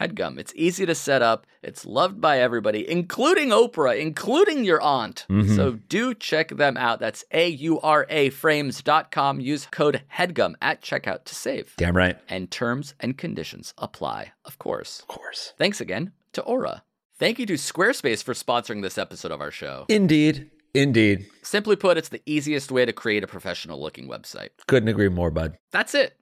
S7: HEADGUM. It's easy to set up, it's loved by everybody, including Oprah, including your aunt. So do check them out. That's A U R A frames.com. Use code HEADGUM at checkout to save.
S8: Damn right.
S7: And terms and conditions apply, of course. Of course. Thanks again to Aura. Thank you to Squarespace for sponsoring this episode of our show.
S8: Indeed. Indeed.
S7: Simply put, it's the easiest way to create a professional looking website.
S8: Couldn't agree more, bud.
S7: That's it.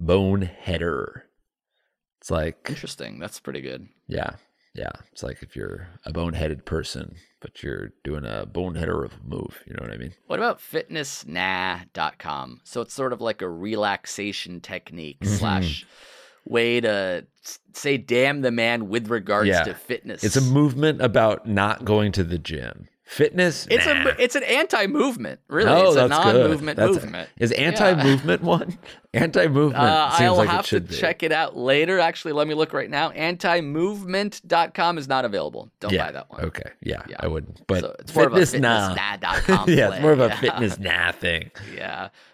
S8: Boneheader. It's like,
S4: Interesting. That's pretty good.
S8: yeah, yeah. It's like if you're a boneheaded person, but you're doing a boneheader of a move. You know what I mean?
S4: What about fitnessnah.com? So it's sort of like a relaxation technique
S8: Mm-hmm.
S4: slash way to s- say damn the man with regards
S8: Yeah.
S4: to fitness.
S8: It's a movement about not going to the gym. Fitness.
S4: It's
S8: nah.
S4: a it's an anti-movement, really.
S8: Oh,
S4: it's a
S8: that's good.
S4: non-movement
S8: That's-
S4: movement.
S9: [LAUGHS]
S8: Is anti-movement one? Anti-movement.
S4: Uh,
S8: seems
S4: I'll
S8: like
S4: have
S8: it
S4: to
S8: should be.
S4: check it out later. Actually, let me look right now. Anti-movement.com is not available. Don't
S8: yeah.
S4: buy that one.
S8: Okay. Yeah,
S4: Yeah.
S8: I wouldn't. But
S4: So it's more of a
S8: fitness, nah.
S4: [LAUGHS]
S8: [LAUGHS]
S4: fitnessnah.com
S8: yeah, it's more of a
S4: play. [LAUGHS]
S8: fitness nah thing.
S4: Yeah.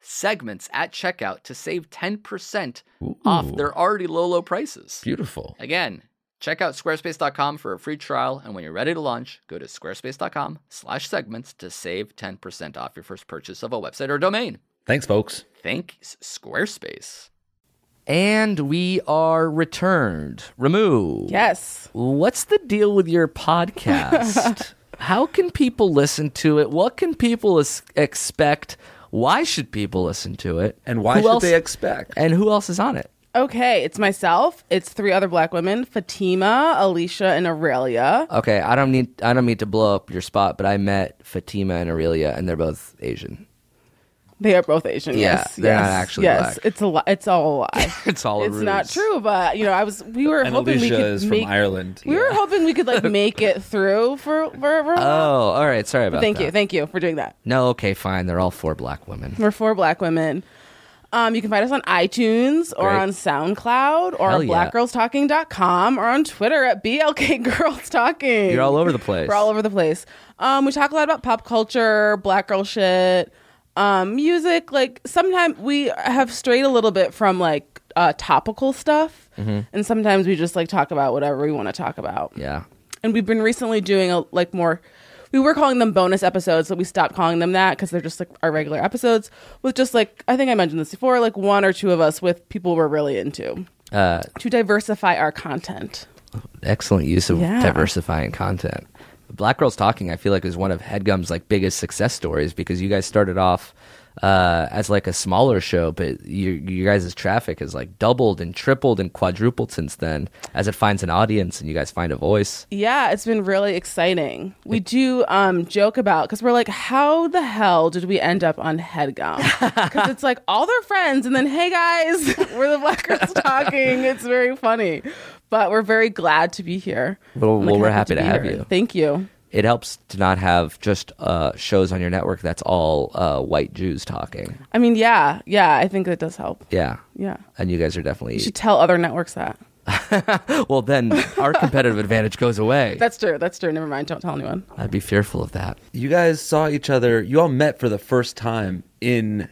S4: segments at checkout to save 10% off their already low, low prices.
S8: Beautiful.
S4: Again, check out squarespace.com for a free trial. And when you're ready to launch, go to squarespace.com slash segments to save 10% off your first purchase of a website or domain.
S8: Thanks, folks.
S4: Thanks, Squarespace.
S5: And we are returned. Ramu.
S6: Yes.
S5: What's the deal with
S9: [LAUGHS]
S5: your podcast? How can people listen to it? What can people es- expect? Why should people listen to it?
S9: And why
S5: Who
S9: should
S5: else-
S9: they expect?
S5: And who else is on it?
S6: Okay, it's myself. It's three other black women: Fatima, Alicia, and Aurelia.
S5: Okay, I don't need I don't mean to blow up your spot, but I met Fatima and Aurelia, and they're both Asian.
S6: They are both Asian.
S5: Yeah,
S6: yes,
S5: they're not
S6: yes,
S5: actually
S6: Yes,
S5: black.
S6: it's a li- it's all a lie.
S5: It's all a
S6: it's not
S5: ruse.
S6: true, but you know, I was we were
S9: And
S6: hoping we
S9: Alicia
S6: could
S9: is from
S6: make,
S9: Ireland.
S6: We were hoping we could like make it through for for, for a
S5: Oh,
S6: while.
S5: all right. Sorry about
S6: Thank
S5: that.
S6: you, thank you for doing that.
S5: No, okay, fine. They're all four black women.
S6: We're four black women. Um, you can find us on iTunes or
S5: Great.
S6: on SoundCloud or
S5: Hell
S6: on
S5: yeah.
S6: blackgirlstalking.com or on Twitter at [LAUGHS] BLK Girls Talking.
S5: You're all over the place.
S6: We're all over the place. Um, we talk a lot about pop culture, black girl shit, um, music. Like sometimes we have strayed a little bit from like uh, topical stuff,
S5: Mm-hmm.
S6: and sometimes we just like talk about whatever we want to talk about.
S5: Yeah.
S6: And we've been recently doing a like more. We were calling them bonus episodes, but we stopped calling them that because they're just like our regular episodes with just like I think I mentioned this before, like one or two of us with people we're really into
S5: Uh,
S6: to diversify our content.
S5: excellent use of
S6: Yeah.
S5: diversifying content. Black Girls Talking, I feel like, is one of Headgum's like biggest success stories because you guys started off uh, as like a smaller show, but you, you guys' traffic has like doubled and tripled and quadrupled since then as it finds an audience and you guys find a voice.
S6: Yeah, it's been really exciting. We do um, joke about because we're like, how the hell did we end up on Headgum?
S5: [LAUGHS]
S6: Because it's like all their friends, and then hey guys, [LAUGHS] we're the
S5: [LAUGHS]
S6: Black Girls talking. It's very funny, but we're very glad to be here.
S5: Well,
S6: I'm,
S5: well, we're happy to
S6: be
S5: have
S6: here.
S5: you.
S6: Thank you.
S5: It helps to not have just uh, shows on your network that's all uh, white Jews talking.
S6: I mean, yeah, yeah, I think that does help.
S5: Yeah.
S6: Yeah,
S5: And you guys are definitely.
S6: you should tell other networks that.
S5: [LAUGHS] well,
S6: [LAUGHS]
S5: then our competitive advantage goes away.
S6: That's true. That's true. Never mind. Don't tell anyone.
S5: I'd be fearful of that.
S9: You guys saw each other. You all met for the first time in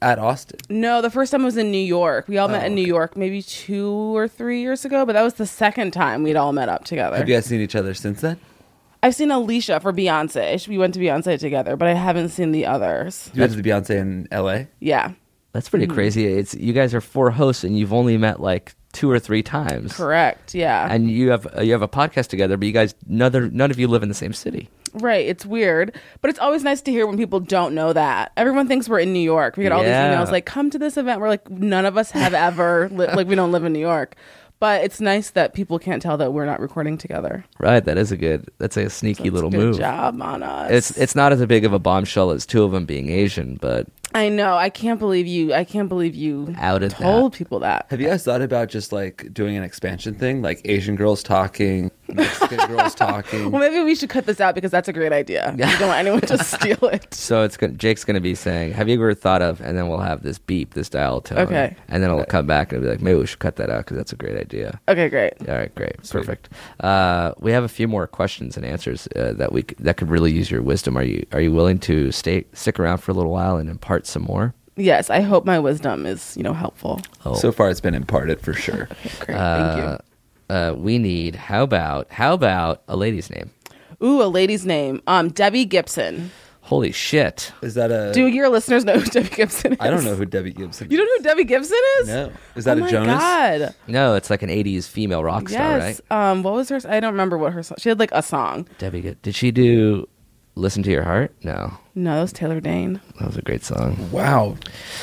S9: at Austin.
S6: No, the first time was in New York.
S5: Oh,
S6: We all met in New York maybe two or three years ago, but that was the second time we'd all met up together.
S9: Have you guys seen each other since then?
S6: I've seen Alicia for Beyonce. We went to Beyonce together, but I haven't seen the others.
S9: You went to the Beyonce in L.A.
S6: Yeah,
S5: That's pretty crazy. It's you guys are four hosts and you've only met like two or three times.
S6: correct. Yeah,
S5: And you have uh, you have a podcast together, but you guys none of, none of you live in the same city.
S6: right. It's weird, but it's always nice to hear when people don't know that. Everyone thinks we're in New York. We get all
S5: Yeah.
S6: these emails like, "Come to this event." We're like, none of us have ever
S5: [LAUGHS]
S6: li- like we don't live in New York, but it's nice that people can't tell that we're not recording together.
S5: Right. That is a good. That's a sneaky little
S6: Good
S5: move.
S6: job on us.
S5: It's it's not as big of a bombshell as two of them being Asian, but
S6: I know. I can't believe you. I can't believe you
S4: Outed
S6: told people that.
S5: Have you guys thought about just like doing an expansion thing, like Asian girls talking, Mexican girls talking?
S6: Well, maybe we should cut this out because that's a great idea. We don't want anyone to steal it.
S4: So it's gonna, Jake's going to be saying, "Have you ever thought of?" And then we'll have this beep, this dial tone.
S6: Okay.
S4: And then it'll come back and it'll be like, "Maybe we should cut that out because that's a great idea."
S6: Okay, great.
S4: All right, great, perfect. Uh, we have a few more questions and answers uh, that we c- that could really use your wisdom. Are you are you willing to stay stick around for a little while and impart some more?
S6: Yes, I hope my wisdom is you know helpful.
S5: [LAUGHS] So far, it's been imparted for sure.
S6: Great, thank
S4: Uh, we need. How about how about a lady's name?
S6: you. Ooh, a lady's name. Um, Debbie Gibson.
S4: Holy shit!
S5: Is that a?
S4: Uh,
S6: Do your listeners know who Debbie Gibson is?
S5: I don't know who Debbie Gibson.
S6: You don't know who Debbie Gibson is?
S5: No. Is that
S6: oh
S5: a
S6: my
S5: Jonas?
S6: God.
S4: No, it's like an '80s female rock star, right?
S6: Yes. Um, what was her? I don't remember what her song. She had like a song.
S4: Debbie, Good- did she do "Listen to Your Heart"? No,
S6: No, that was Taylor Dane. [LAUGHS]
S4: that was a great song.
S5: Wow.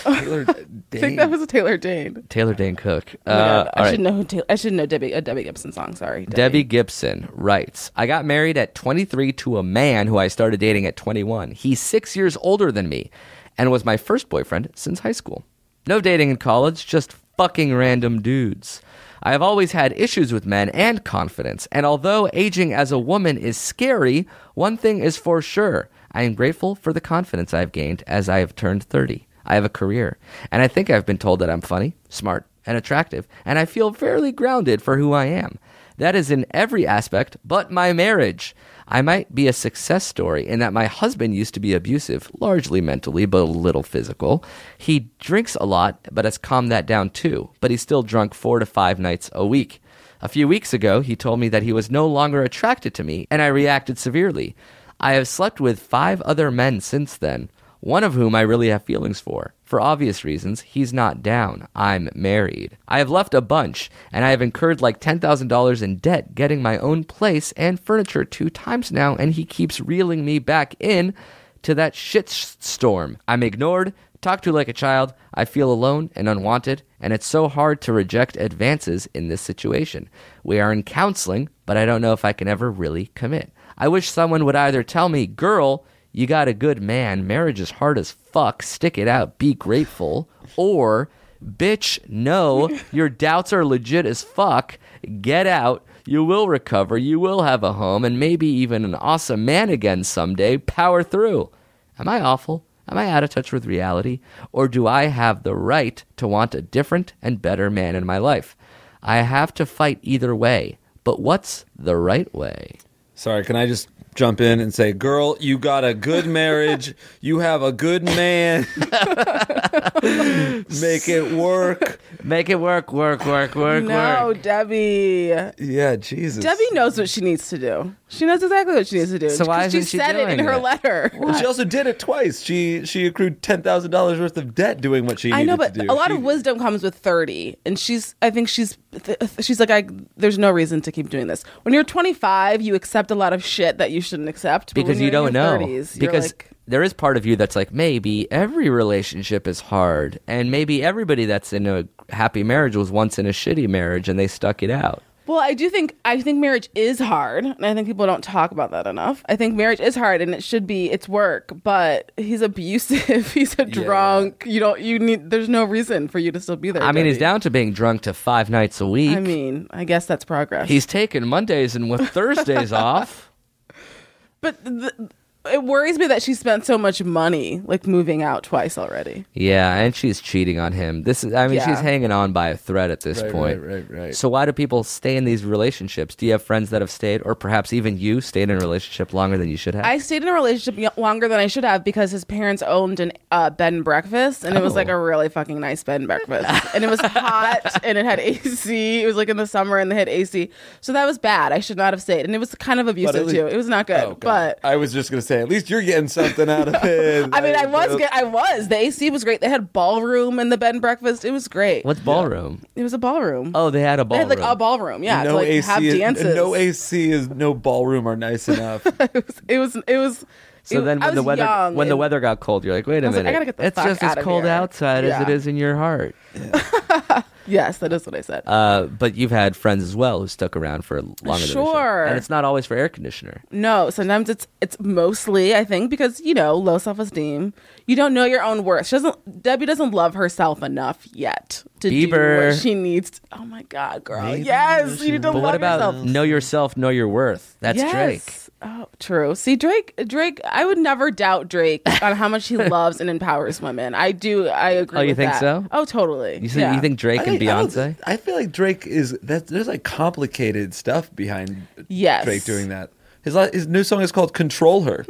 S5: Taylor
S6: I
S5: Dane.
S6: think that was Taylor Dane.
S4: Taylor Dane Cook.
S6: Oh my God,
S4: Uh,
S6: I
S4: all
S6: should
S4: right.
S6: know who Taylor. I should know Debbie a Debbie Gibson song. Sorry,
S4: Debbie Gibson writes, I got married at 23 to a man who I started dating at 21. He's six years older than me and was my first boyfriend since high school. No dating in college, just fucking random dudes. I have always had issues with men and confidence, and although aging as a woman is scary, one thing is for sure. I am grateful for the confidence I've gained as I have turned 30. I have a career, and I think I've been told that I'm funny, smart, and attractive, and I feel fairly grounded for who I am. That is in every aspect but my marriage. I might be a success story in that my husband used to be abusive, largely mentally, but a little physical. He drinks a lot, but has calmed that down too, but he's still drunk four to five nights a week. A few weeks ago, he told me that he was no longer attracted to me, and I reacted severely. I have slept with five other men since then, one of whom I really have feelings for. For obvious reasons, he's not down. I'm married. I have left a bunch, and I have incurred like $10,000 in debt getting my own place and furniture two times now, and he keeps reeling me back in to that shit s- storm. I'm ignored, talked to like a child. I feel alone and unwanted, and it's so hard to reject advances in this situation. We are in counseling, but I don't know if I can ever really commit. I wish someone would either tell me, girl, you got a good man, marriage is hard as fuck, stick it out, be grateful, or, bitch, no, your doubts are legit as fuck, get out. You will recover. You will have a home and maybe even an awesome man again someday. Power through. Am I awful? Am I out of touch with reality? Or do I have the right to want a different and better man in my life? I have to fight either way, but what's the right way?
S5: Sorry, can I just jump in and say, girl, you got a good marriage. you have a good
S6: [LAUGHS]
S5: man. [LAUGHS] Make it work.
S4: Make it work, work, work, work,
S6: No,
S4: work.
S6: Debbie.
S5: Yeah, Jesus.
S6: Debbie knows what she needs to do. She knows exactly what she needs to do.
S4: So why
S6: 'Cause
S4: isn't she
S6: said it in
S4: doing
S6: her
S4: it?
S6: letter?
S5: Well, she also did it twice. She she accrued ten thousand dollars worth of debt doing what she needed
S6: I know, but
S5: to do.
S6: a lot
S5: She-
S6: of wisdom comes with thirty, and she's. I think she's. Th- she's like, I. There's no reason to keep doing this. When you're 25, you accept a lot of shit that you shouldn't accept but
S4: Because
S6: when
S4: you
S6: you're
S4: don't
S6: in your
S4: know.
S6: 30s, you're
S4: because
S6: like,
S4: there is part of you that's like, maybe every relationship is hard, and maybe everybody that's in a happy marriage was once in a shitty marriage and they stuck it out.
S6: Well, I do think I think marriage is hard, and I think people don't talk about that enough. I think marriage is hard, and it should be it's work. But he's abusive. [LAUGHS] he's a drunk. You don't. You need. There's no reason for you to still be there.
S4: I mean, he's
S6: Debbie.
S4: down to being drunk to five nights a week.
S6: I mean, I guess that's progress.
S4: He's taken Mondays and with
S6: [LAUGHS]
S4: Thursdays off.
S6: but th- it worries me that she spent so much money, like moving out twice already.
S4: Yeah, and she's cheating on him. This is I mean,
S6: Yeah.
S4: she's hanging on by a thread at this
S5: Right,
S4: point.
S5: right, right, right.
S4: So why do people stay in these relationships? Do you have friends that have stayed or perhaps even you stayed in a relationship longer than you should have?
S6: I stayed in a relationship y- longer than I should have because his parents owned an uh, bed and breakfast, and it was like a really fucking nice bed and breakfast, and it was hot, and it had AC. It was like in the summer, and they had AC, so that was bad. I should not have stayed, and it was kind of
S5: But at
S6: abusive
S5: least-
S6: too. It was not good,
S5: Oh, God.
S6: but.
S5: I was just gonna say, at least you're getting something out
S6: [LAUGHS]
S5: of it.
S6: I mean, I was
S5: Nope.
S6: good. I was. The AC was great. They had ballroom in the bed and breakfast. It was great.
S4: What's ballroom?
S6: It was a ballroom.
S4: Oh, they had a
S6: they
S4: ballroom.
S6: had like a ballroom. Yeah, to
S5: No
S6: like
S5: AC
S6: have
S5: is,
S6: dances.
S5: No AC is no ballroom are nice enough.
S6: It was. It was.
S4: so
S6: it-
S4: then
S6: I
S4: when the
S6: was
S4: weather
S6: young
S4: when the
S6: and-
S4: weather got cold, you're like, wait a
S6: was like,
S4: minute.
S6: I gotta get the
S4: it's
S6: fuck
S4: just
S6: out
S4: as
S6: of
S4: cold
S6: here."
S4: outside as
S6: Yeah.
S4: it is in your heart.
S6: yes, that is what I said.
S4: Uh, but you've had friends as well who stuck around for longer than they should.
S6: Sure.
S4: And it's not always for air conditioner.
S6: No, sometimes it's it's mostly I think because you know low self esteem. You don't know your own worth. She doesn't. Debbie doesn't love herself enough yet to do
S4: Bieber.
S6: what she needs. To, oh my god, girl! yes, you need to
S4: but
S6: love
S4: what about
S6: yourself.
S4: know yourself, know your worth? That's
S6: yes.
S4: Drake.
S6: Oh, true. See, Drake, Drake, I would never doubt Drake on
S4: [LAUGHS]
S6: how much he loves and empowers women. I do. I agree.
S4: Oh, you
S6: with
S4: think
S6: that.
S4: so?
S6: Oh, totally.
S4: You, see,
S6: Yeah.
S4: you think Drake
S5: I
S4: and
S5: think- I don't-
S6: [LAUGHS]
S4: Beyonce?
S5: I, feel like Drake is that. There's like complicated stuff behind
S6: Yes.
S5: Drake doing that. His la- his new song is called "Control Her."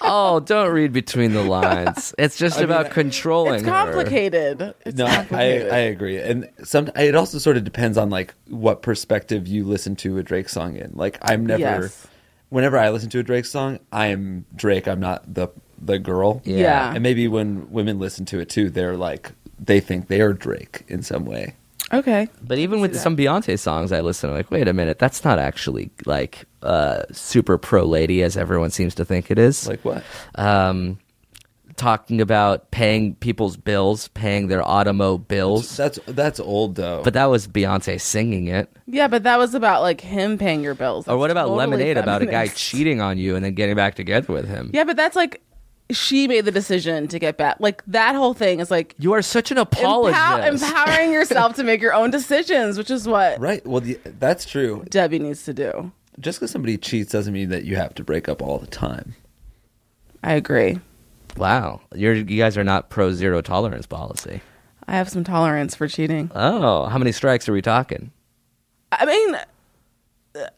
S4: Oh, don't read between the
S6: [LAUGHS]
S4: lines. It's just about controlling.
S6: It's
S4: her.
S6: complicated. It's
S5: No, I, I
S6: complicated.
S5: agree, and some it also sort of depends on like what perspective you listen to a Drake song in. Like I'm never,
S6: Yes.
S5: whenever I listen to a Drake song, I'm Drake. I'm not the the girl.
S4: Yeah.
S6: yeah.
S5: and maybe when women listen to it too, they're like they think they are Drake in some way.
S6: okay.
S4: But even with some Beyonce songs, I listen. I'm like, wait a minute, that's not actually like uh, super pro lady as everyone seems to think it is.
S5: Like what?
S4: um, talking about paying people's bills, paying their automo bills.
S5: That's that's old though.
S4: but that was Beyonce singing it.
S6: Yeah, but that was about like him paying your bills.
S4: Or what
S6: That's
S4: about
S6: totally
S4: Lemonade about a guy
S6: feminist.
S4: cheating on you and then getting back together with him?
S6: Yeah, but that's like she made the decision to get back. Like that whole thing is like
S4: You are such an apologist.
S6: empow- empowering yourself to make your own decisions, which is what
S5: right. Well, the, that's true.
S6: Debbie needs to do.
S5: Just because somebody cheats doesn't mean that you have to break up all the time.
S6: I agree.
S4: wow, You're, you guys are not pro zero tolerance policy.
S6: I have some tolerance for cheating.
S4: Oh, how many strikes are we talking?
S6: I mean,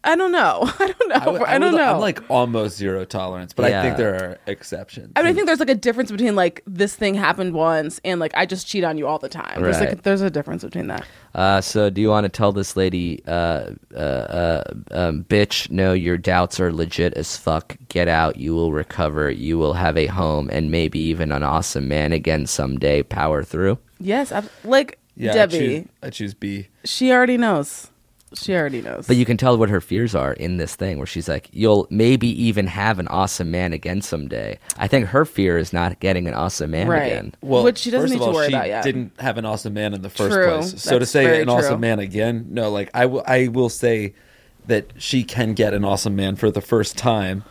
S6: I don't know. [LAUGHS] I don't know. I,
S5: w-
S6: don't
S5: would-
S6: know.
S5: I'm like almost zero tolerance, but I
S4: Yeah.
S5: think there are exceptions.
S6: I mean, I think there's like a difference between like this thing happened once and like I just cheat on you all the time. There's
S4: Right.
S6: like there's a difference between that.
S4: Uh, so, do you want to tell this lady, uh, uh, uh, um, bitch, no, your doubts are legit as fuck. Get out. You will recover. You will have a home and maybe even an awesome man again someday. Power through.
S6: Yes, i like
S5: yeah,
S6: Debbie,
S5: I choose, I choose B.
S6: she already knows. She already knows.
S4: But you can tell what her fears are in this thing where she's like, you'll maybe even have an awesome man again someday. I think her fear is not getting an awesome man
S6: Right.
S4: again.
S5: Well,
S6: Which she doesn't
S5: first of
S6: need to
S5: all,
S6: worry
S5: she
S6: about yet.
S5: Didn't have an awesome man in the first
S6: True.
S5: place. So to
S6: That's
S5: say
S6: very
S5: an awesome
S6: true.
S5: man again, no. Like I will, I will say that she can get an awesome man for the first time.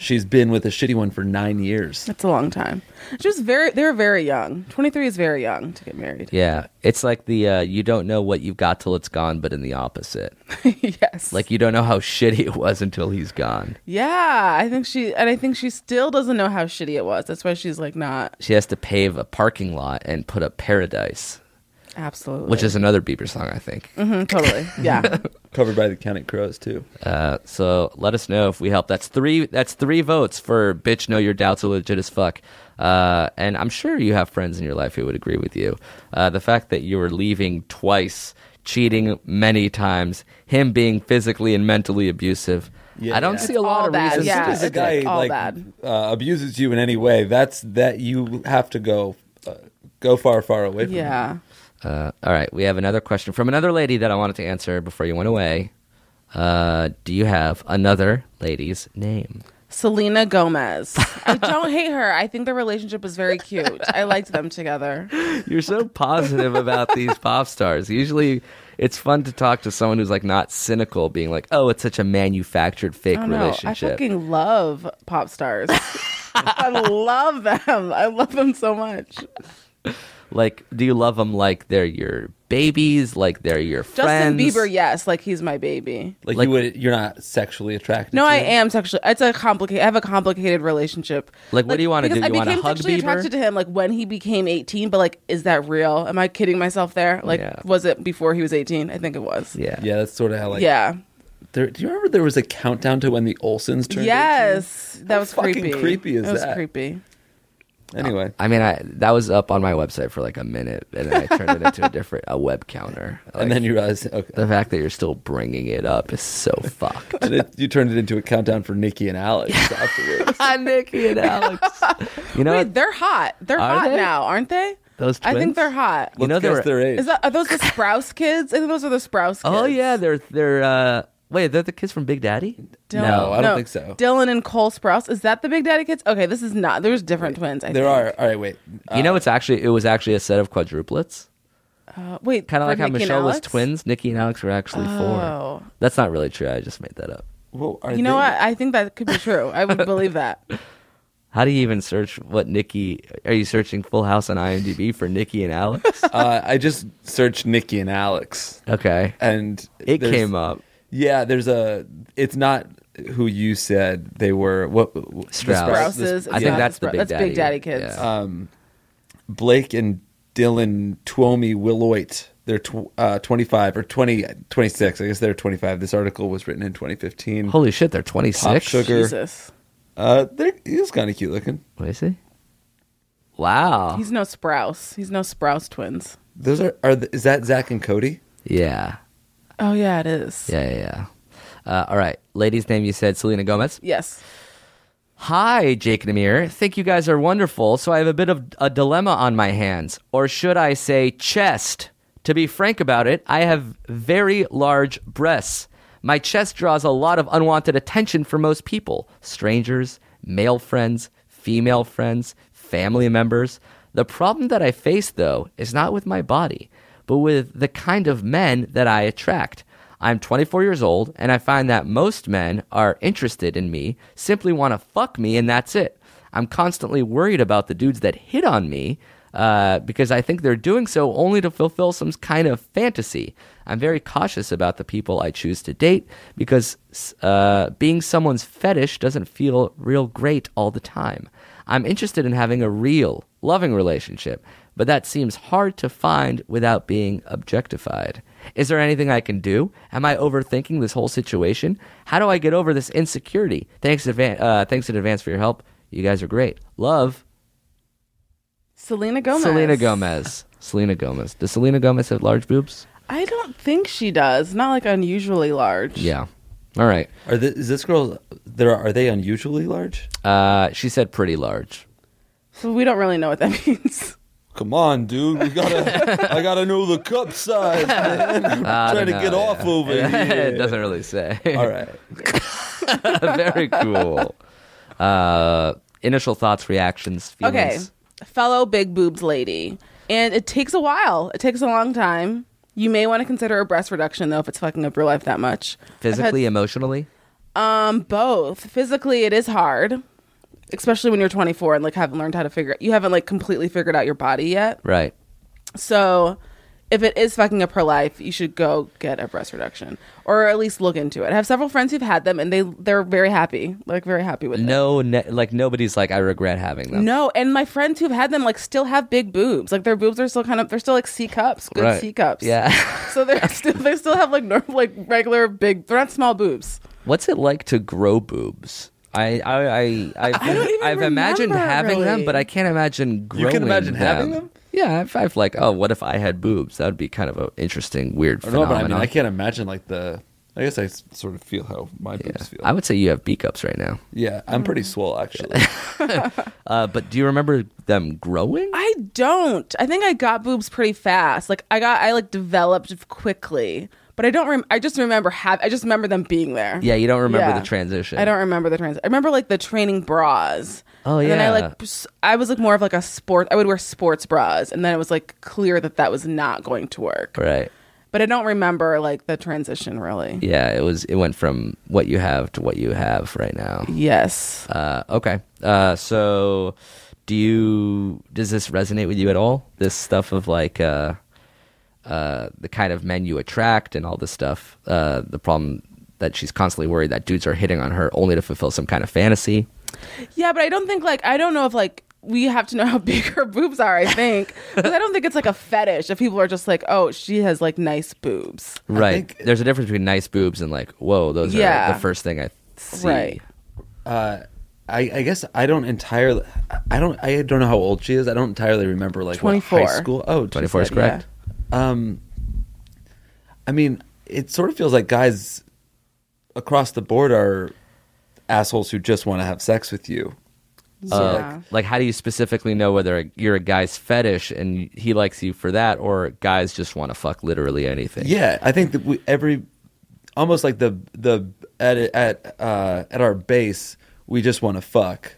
S5: She's been with a shitty one for nine
S6: [LAUGHS]
S5: years.
S6: That's a long time. She was very. They were very young. Twenty three is very young to get married.
S4: Yeah. It's like the, uh, you don't know what you've got till it's gone, but in the opposite.
S6: [LAUGHS] yes.
S4: Like, you don't know how [LAUGHS] shitty it was until he's gone.
S6: Yeah, I think she and I think she still doesn't know how shitty it was. That's why she's like not
S4: she has to pave a parking lot and put up paradise
S6: absolutely.
S4: which is another bieber song i think
S6: Mhm, [LAUGHS] totally. Yeah.
S5: Covered by the Counting Crows too.
S4: uh, so let us know if we help that's three that's three votes for bitch know your doubts are legit as fuck uh, and i'm sure you have friends in your life who would agree with you uh, the fact that you were leaving twice cheating many times him being physically and mentally abusive
S5: Yeah.
S4: i don't
S5: It's
S4: see [LAUGHS] a lot
S6: all
S4: of
S6: bad,
S4: reasons
S6: yeah.
S4: to
S5: As soon as a
S6: it's
S5: guy
S6: all
S5: like
S6: bad.
S5: Uh, abuses you in any way, that's that you have to go uh, go far, far away. From him.
S6: yeah.
S4: Uh, all right, we have another question from another lady that I wanted to answer before you went away. Uh, do you have another lady's name?
S6: Selena Gomez. I don't hate her. I think their relationship was very cute. I liked them [LAUGHS] together.
S4: You're so positive about these pop stars. Usually, it's fun to talk to someone who's like not cynical, being like, "Oh, it's such a manufactured fake
S6: I don't know. I
S4: relationship."
S6: fucking love pop [LAUGHS] stars. I love them. I love them so much.
S4: Like, do you love them like they're your babies, like they're your
S6: Justin
S4: friends?
S6: Bieber, yes, like he's my baby.
S5: Like,
S4: Like-
S5: you would, you're not sexually attracted.
S6: No,
S5: to
S6: I
S5: him?
S6: am sexually. It's a complicated. I have a complicated relationship.
S4: Like, what do you wanna
S6: because
S4: do? You
S6: I
S4: wanna
S6: became
S4: hug
S6: sexually
S4: Bieber?
S6: attracted to him like when he became eighteen. But like, is that real? Am I kidding myself there? Like,
S4: Yeah.
S6: was it before he was eighteen? I think it was.
S4: Yeah.
S5: Yeah, that's sort of how like
S6: yeah.
S5: There, do you remember there was a countdown to when the Olsons turned?
S6: Yes, that
S5: How
S6: was
S5: fucking
S6: creepy.
S5: creepy is
S6: It was
S5: that?
S6: creepy.
S5: 18? Anyway,
S4: I mean, I that was up on my website for like a minute, and then I turned it into a different a web counter.
S5: and
S4: Like,
S5: then you realize, okay,
S4: the fact that you're still bringing it up is so
S6: [LAUGHS]
S4: fucked.
S5: [LAUGHS] and it, you turned it into a countdown for Nikki and Alex afterwards.
S6: [LAUGHS]
S4: Nikki and Alex. [LAUGHS] You know,
S6: Wait, they're hot. They're
S4: Are
S6: hot
S4: they?
S6: now, aren't they?
S4: Those
S6: I
S4: twins?
S6: think they're hot.
S4: You know
S5: Let's
S4: they
S5: guess
S4: were-
S5: their age.
S6: Is that are those the Sprouse kids? I think those are the Sprouse kids.
S4: oh yeah, they're they're uh, wait, they're the kids from Big Daddy.
S6: Dylan-
S5: No, I don't think so.
S6: Dylan and Cole Sprouse. Is that the Big Daddy kids? Okay, this is not. There's different twins. I
S5: there
S6: think.
S5: are. All right, wait. Uh,
S4: you know, it's actually it was actually a set of quadruplets.
S6: Uh, wait,
S4: Kind of
S6: for
S4: like how
S6: Nikki and
S4: Michelle was
S6: Alex?
S4: twins. Nikki and Alex were actually
S6: Oh.
S4: four. That's not really true. I just made that up.
S5: Well, are
S6: You know
S5: they-
S6: what? I think that could be true. I would
S4: [LAUGHS]
S6: believe that.
S4: How do you even search what Nikki? Are you searching Full House on IMDb for Nikki and Alex?
S5: Uh, I just searched Nikki and Alex,
S4: Okay,
S5: and
S4: it
S5: there's-
S4: came up.
S5: Yeah, there's a. It's not who you said they were. What the
S4: Strauss.
S5: Strauss- the-
S6: Sprouses.
S4: I think
S6: Sprouses,
S4: that's the
S6: Sprou-
S4: Big
S6: that's
S4: Daddy.
S6: Big Daddy Kids.
S4: Yeah.
S5: Uh, Blake and Dylan Twomey Willoit. They're tw- uh, 25 or 20, 26. I guess they're 25. This article was written in 2015.
S4: Holy shit, they're twenty
S5: Pop
S4: six.
S5: Sugar.
S6: Jesus.
S5: Uh, they're, he's kind of cute looking.
S4: What is he? Wow.
S6: He's no Sprouse. He's no Sprouse twins.
S5: Those are are the, is that Zach and Cody?
S4: yeah.
S6: Oh yeah, it is.
S4: Yeah. Yeah. yeah. Uh, all right, lady's name you said Selena Gomez.
S6: Yes.
S4: Hi, Jake and Amir. Think you guys are wonderful, so I have a bit of a dilemma on my hands. Or should I say chest? To be frank about it, I have very large breasts. My chest draws a lot of unwanted attention for most people strangers, male friends, female friends, family members. The problem that I face, though, is not with my body, but with the kind of men that I attract. I'm 24 years old, and I find that most men are interested in me, simply want to fuck me, and that's it. I'm constantly worried about the dudes that hit on me uh, because I think they're doing so only to fulfill some kind of fantasy. I'm very cautious about the people I choose to date because uh, being someone's fetish doesn't feel real great all the time. I'm interested in having a real, loving relationship, but that seems hard to find without being objectified. Is there anything I can do? Am I overthinking this whole situation? How do I get over this insecurity? Thanks, advan- uh, thanks in advance for your help. You guys are great. Love,
S6: Selena Gomez.
S4: Selena Gomez. Selena Gomez. Does Selena Gomez have large boobs?
S6: I don't think she does. Not like unusually large.
S4: Yeah. All right.
S5: Are the, is this girl? There are they unusually large?
S4: Uh, she said pretty large.
S6: So we don't really know what that [LAUGHS] means.
S5: Come on, dude. We gotta. I gotta know the cup size, man. I'm trying to get off
S4: [LAUGHS]
S5: over
S4: it
S5: here.
S4: doesn't really
S6: [LAUGHS]
S4: say.
S5: All right.
S4: Very cool. Uh, initial thoughts, reactions, feelings.
S6: Okay. Fellow big boobs lady. And it takes a while. It takes a long time. You may want to consider a breast reduction though if it's fucking up your life that much. I've had-
S4: Physically, emotionally.
S6: um both. Physically it is hard. Especially when you're 24 and like haven't learned how to figure you haven't like completely figured out your body yet.
S4: Right.
S6: So if it is fucking up her life, you should go get a breast reduction or at least look into it. I have several friends who've had them and they they're very happy, like very happy with it.
S4: No, ne- like nobody's like I regret having them.
S6: No, and my friends who've had them like still have big boobs. Like their boobs are still kind of they're still like C cups, good
S4: Right.
S6: C cups.
S4: Yeah.
S6: [LAUGHS] So they're still they still have like normal like regular big they're not small boobs.
S4: What's it like to grow boobs? I I I I've, I
S6: don't even
S4: have imagined
S6: remember,
S4: having them,
S6: really.
S4: but I can't imagine growing.
S5: imagine having them?
S4: Yeah, if I've like, oh, what if I had boobs? That would be kind of an interesting, weird
S5: No, but I
S4: phenomenon.
S5: mean, I can't imagine like the. I guess I s- sort of feel how my boobs feel.
S4: I would say you have B cups right now.
S5: yeah, I'm pretty swole actually.
S4: Uh, but do you remember them growing?
S6: I don't. I think I got boobs pretty fast. Like I got I like developed quickly. But I don't rem- I just remember have I just remember them being there.
S4: yeah, you don't remember
S6: Yeah.
S4: the transition.
S6: I don't remember the trans. I remember like the training bras.
S4: Oh,
S6: And then I
S4: yeah.
S6: like s- I was like more of like a sport. I would wear sports bras, and then it was like clear that that was not going to work.
S4: Right.
S6: But I don't remember like the transition really.
S4: Yeah, it was. It went from what you have to what you have right now.
S6: Yes.
S4: Uh, okay. Uh, so, do you does this resonate with you at all? This stuff of like uh, uh, the kind of men you attract and all this stuff. Uh, the problem that she's constantly worried that dudes are hitting on her only to fulfill some kind of fantasy.
S6: Yeah, but I don't think like I don't know if like we have to know how [LAUGHS] big her boobs are. I [LAUGHS] think because I don't think it's like a fetish if people are just like, oh, she has like nice boobs.
S4: Right. There's a difference between nice boobs and like, whoa, those are
S6: Yeah.
S4: the first thing I see.
S6: Right.
S5: I, I guess I don't entirely. I don't. I don't know how old she is. I don't entirely remember like what
S6: 24.
S5: high school. Oh, she
S4: 24 is
S5: said,
S4: correct.
S5: Um, I mean, it sort of feels like guys across the board are assholes who just want to have sex with you.
S6: yeah.
S4: Like, how do you specifically know whether a- you're a guy's fetish and he likes you for that, or guys just want to fuck literally anything?
S5: Yeah, I think that we, every almost like the the at at uh, at our base, we just want to fuck,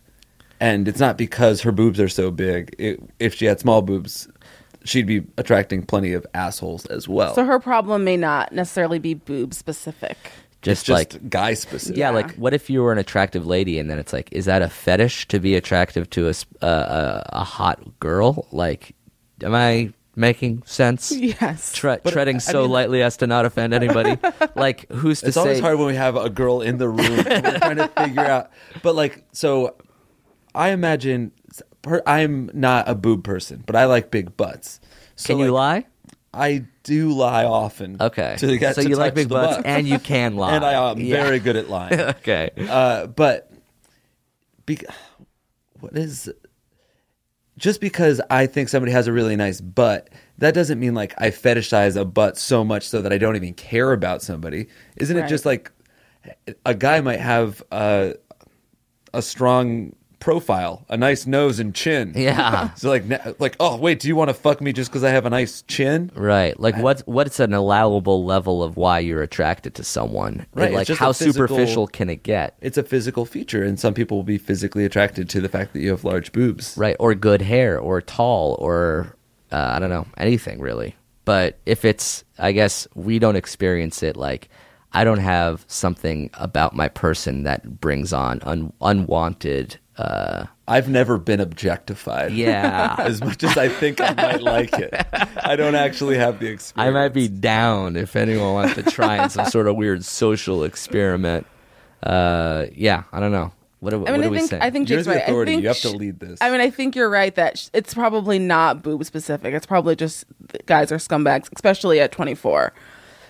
S5: and it's not because her boobs are so big. It, if she had small boobs, she'd be attracting plenty of assholes as well.
S6: So her problem may not necessarily be boob specific.
S5: it's
S4: Just,
S5: just
S4: like
S5: guy specific.
S4: yeah, like what if you were an attractive lady and then it's like, is that a fetish to be attractive to a s- a, a, a hot girl? Like, am I making sense?
S6: Yes.
S4: Tre- treading so lightly as to not offend anybody. like, who's to
S5: It's
S4: say?
S5: always hard when we have a girl in the room. and We're trying to figure out. But like, so I imagine per, I'm not a boob person, but I like big butts. So
S4: Can you
S5: like,
S4: lie?
S5: I do lie often.
S4: Okay.
S5: To get
S4: so
S5: to
S4: you
S5: touch
S4: like big
S5: the
S4: butts
S5: butt. [LAUGHS]
S4: and you can lie.
S5: and I am
S4: Yeah.
S5: very good at
S4: [LAUGHS]
S5: lying.
S4: Okay.
S5: uh, but be- what is just because I think somebody has a really nice butt, that doesn't mean like I fetishize a butt so much so that I don't even care about somebody. Isn't it
S6: Right.
S5: just like a guy might have uh, a strong profile, a nice nose and chin?
S4: Yeah.
S5: [LAUGHS] So like, na- like oh wait, do you want to fuck me just because I have a nice chin?
S4: Right. Like what's what's an allowable level of why you're attracted to someone? And,
S5: Right, it's
S4: Like
S5: just
S4: how
S5: a physical-
S4: superficial can it get?
S5: It's a physical feature, and some people will be physically attracted to the fact that you have large boobs.
S4: Right. Or good hair or tall or uh, I don't know, anything really. But if it's I guess we don't experience it like I don't have something about my person that brings on un- unwanted uh
S5: I've never been
S4: [LAUGHS]
S5: objectified.
S4: yeah.
S5: as much as I think I might like it. I don't actually have the experience.
S4: I might be down if anyone wants to try in some sort of weird social experiment. Uh, yeah, I don't know. What, do-
S6: I
S4: what
S6: mean, I
S4: do we
S6: think
S4: say?
S6: I think
S5: You're
S6: Jake's
S5: the
S6: right.
S5: authority.
S6: I think
S5: You have to
S6: sh-
S5: lead this.
S6: I mean, I think you're right that sh- it's probably not boob specific. It's probably just th- guys are scumbags, especially at 24.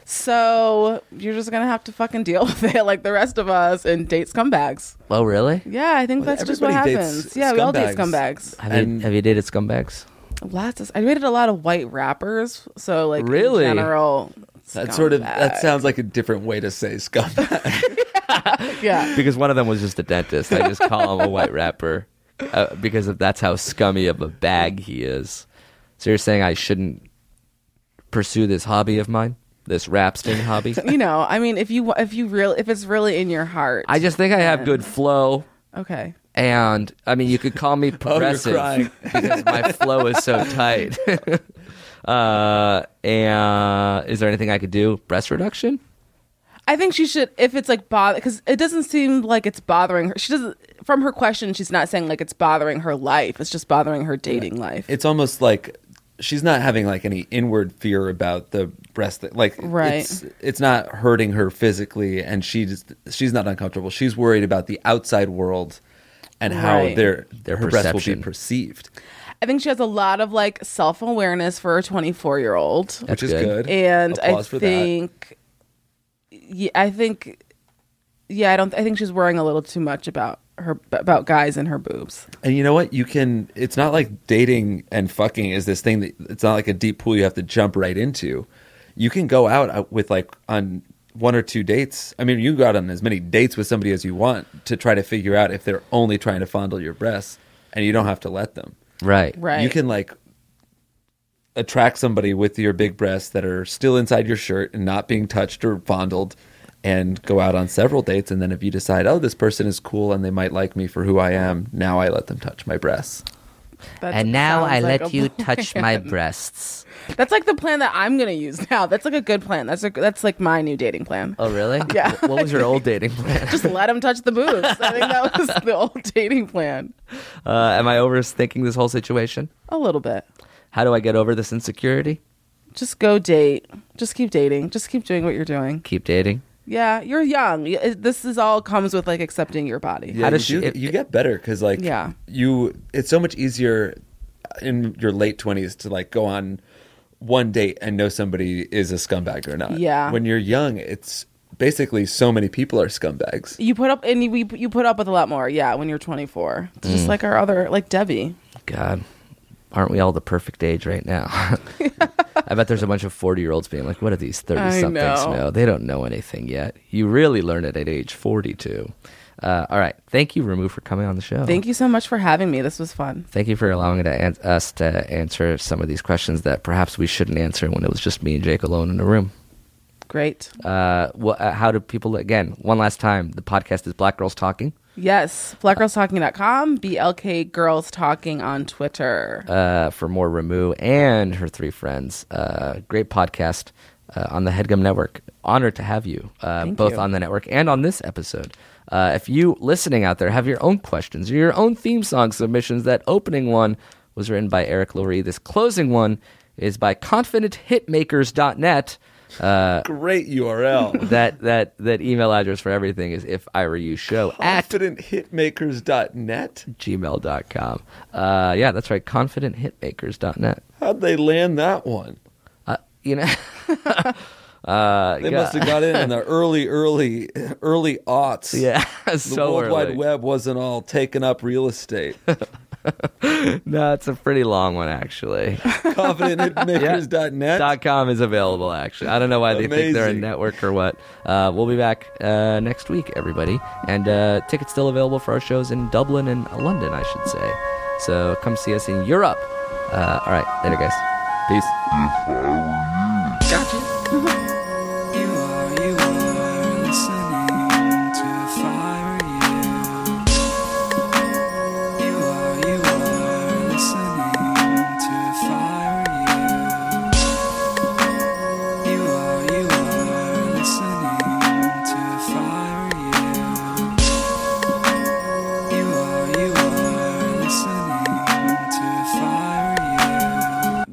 S6: So you're just gonna have to fucking deal [LAUGHS] with it, like the rest of us, and date scumbags.
S4: oh, really?
S6: Yeah, I think
S5: Well,
S6: that's just what
S5: everybody dates
S6: happens. Yeah, we all date
S5: scumbags.
S6: scumbags.
S4: Have
S5: And-
S4: you have you dated scumbags?
S6: Lots. Of, I dated a lot of white rappers, so like in
S4: Really?
S6: general.
S5: that sort of that
S6: scumbag.
S5: sounds like a different way to say
S4: [LAUGHS]
S5: scumbag.
S6: yeah.
S4: Because one of them was just a dentist. I just call him a
S6: [LAUGHS]
S4: white rapper uh, because of, that's how scummy of a bag he is. So you're saying I shouldn't pursue this hobby of mine, this rap sting
S6: [LAUGHS]
S4: hobby?
S6: You know, I mean, if you wa- if you real if it's really in your heart,
S4: I just think I have good flow.
S6: okay.
S4: and I mean, you could call
S6: [LAUGHS] Oh,
S4: me progressive
S5: crying.
S4: [LAUGHS] because my flow is so tight. [LAUGHS] uh, and is there anything I could do? Breast reduction?
S6: I think she should, if it's like bother, because it doesn't seem like it's bothering her. She doesn't. From her question, she's not saying like it's bothering her life. It's just bothering her dating life.
S5: it's almost like she's not having like any inward fear about the breast thing. Like
S6: Right.
S5: it's it's not hurting her physically and she just she's not uncomfortable. She's worried about the outside world and how
S6: Right.
S5: their
S4: Their
S5: her breast will be
S4: perception.
S5: perceived.
S6: I think she has a lot of like self awareness for a twenty four year old,
S4: That's
S5: which is
S4: good.
S5: good.
S6: and I
S5: Applause for that.
S6: think, yeah, I think, yeah, I don't. I think she's worrying a little too much about her about guys and her boobs.
S5: And you know what? You can. It's not like dating and fucking is this thing that it's not like a deep pool you have to jump right into. You can go out uh, with like on one or two dates. I mean, you can go out on as many dates with somebody as you want to try to figure out if they're only trying to fondle your breasts, and you don't have to let them.
S4: Right.
S6: Right.
S5: You can like attract somebody with your big breasts that are still inside your shirt and not being touched or fondled and go out on several dates and then if you decide oh this person is cool and they might like me for who I am now I let them touch my breasts
S6: That
S4: And now I
S6: sounds like
S4: let
S6: a [LAUGHS]
S4: you
S6: plan.
S4: touch my breasts.
S6: That's like the plan that I'm gonna use now. That's like a good plan. That's a, that's like my new dating plan.
S4: Oh, really?
S6: Yeah.
S4: Wh- What was your old dating
S6: [LAUGHS]
S4: plan?
S6: just let him touch the boobs. I think that was the old [LAUGHS] dating plan.
S4: Uh, am I overthinking this whole situation?
S6: A little bit.
S4: How do I get over this insecurity?
S6: Just go date. Just keep dating. Just keep doing what you're doing.
S4: Keep dating.
S6: Yeah, you're young. Y- it- This is all comes with like accepting your body.
S5: yeah,
S4: How does
S5: you,
S4: she-
S5: do-
S4: if-
S5: you get better because like
S6: Yeah.
S5: you it's so much easier in your late 20s to like go on one date and know somebody is a scumbag or not
S6: Yeah.
S5: when you're young it's basically so many people are scumbags
S6: You put up and you we- you put up with a lot more. Yeah, when you're 24, it's just like our other like Debbie.
S4: God, aren't we all the perfect age right now? [LAUGHS] I bet there's a bunch of 40 year olds being like, what do these 30
S6: I
S4: somethings
S6: know.
S4: know? They don't know anything yet. You really learn it at age 42. Uh, all right. Thank you, Ramu, for coming on the show.
S6: Thank you so much for having me. This was fun.
S4: Thank you for allowing to an- us to answer some of these questions that perhaps we shouldn't answer when it was just me and Jake alone in a room.
S6: Great.
S4: Uh, wha uh, how do people, again, one last time, the podcast is Black Girls Talking.
S6: Yes. BlackGirlsTalking.com, BLK Girls Talking on Twitter.
S4: uh, for more Ramu and her three friends. Uh, great podcast uh, on the Headgum Network. Honored to have you uh, both on the network and on this episode. Uh, if you listening out there have your own questions or your own theme song submissions, that opening one was written by Eric Lurie. This closing one is by
S5: [LAUGHS]
S4: ConfidentHitmakers.net. Uh,
S5: Great URL.
S4: that that that email address for everything is if I were you show at
S5: ConfidentHitmakers.net.
S4: gmail.com. Uh, yeah, that's right. ConfidentHitmakers.net.
S5: How'd they land that one?
S4: Uh, you know, [LAUGHS] uh,
S5: They must have got in
S4: [LAUGHS]
S5: in the early, early, early aughts.
S4: yeah, [LAUGHS]
S5: The
S4: so
S5: World
S4: early.
S5: Wide Web wasn't all taken up
S4: [LAUGHS]
S5: real estate.
S4: No, it's a pretty long one
S5: [LAUGHS]
S4: actually.
S5: ConfidentHitmakers.net.
S4: Dot .com is available actually. I don't know why they think they're a
S5: Amazing.
S4: network or what. Uh, we'll be back uh, next week, everybody, and uh, tickets still available for our shows in Dublin and London, I should say. So come see us in Europe. Uh, all right, later, guys. Peace.
S3: You are, you are listening to If I Were You. You are, you are listening to If I Were You. You are, you are listening to If I Were You. You are, you are listening to If I Were You.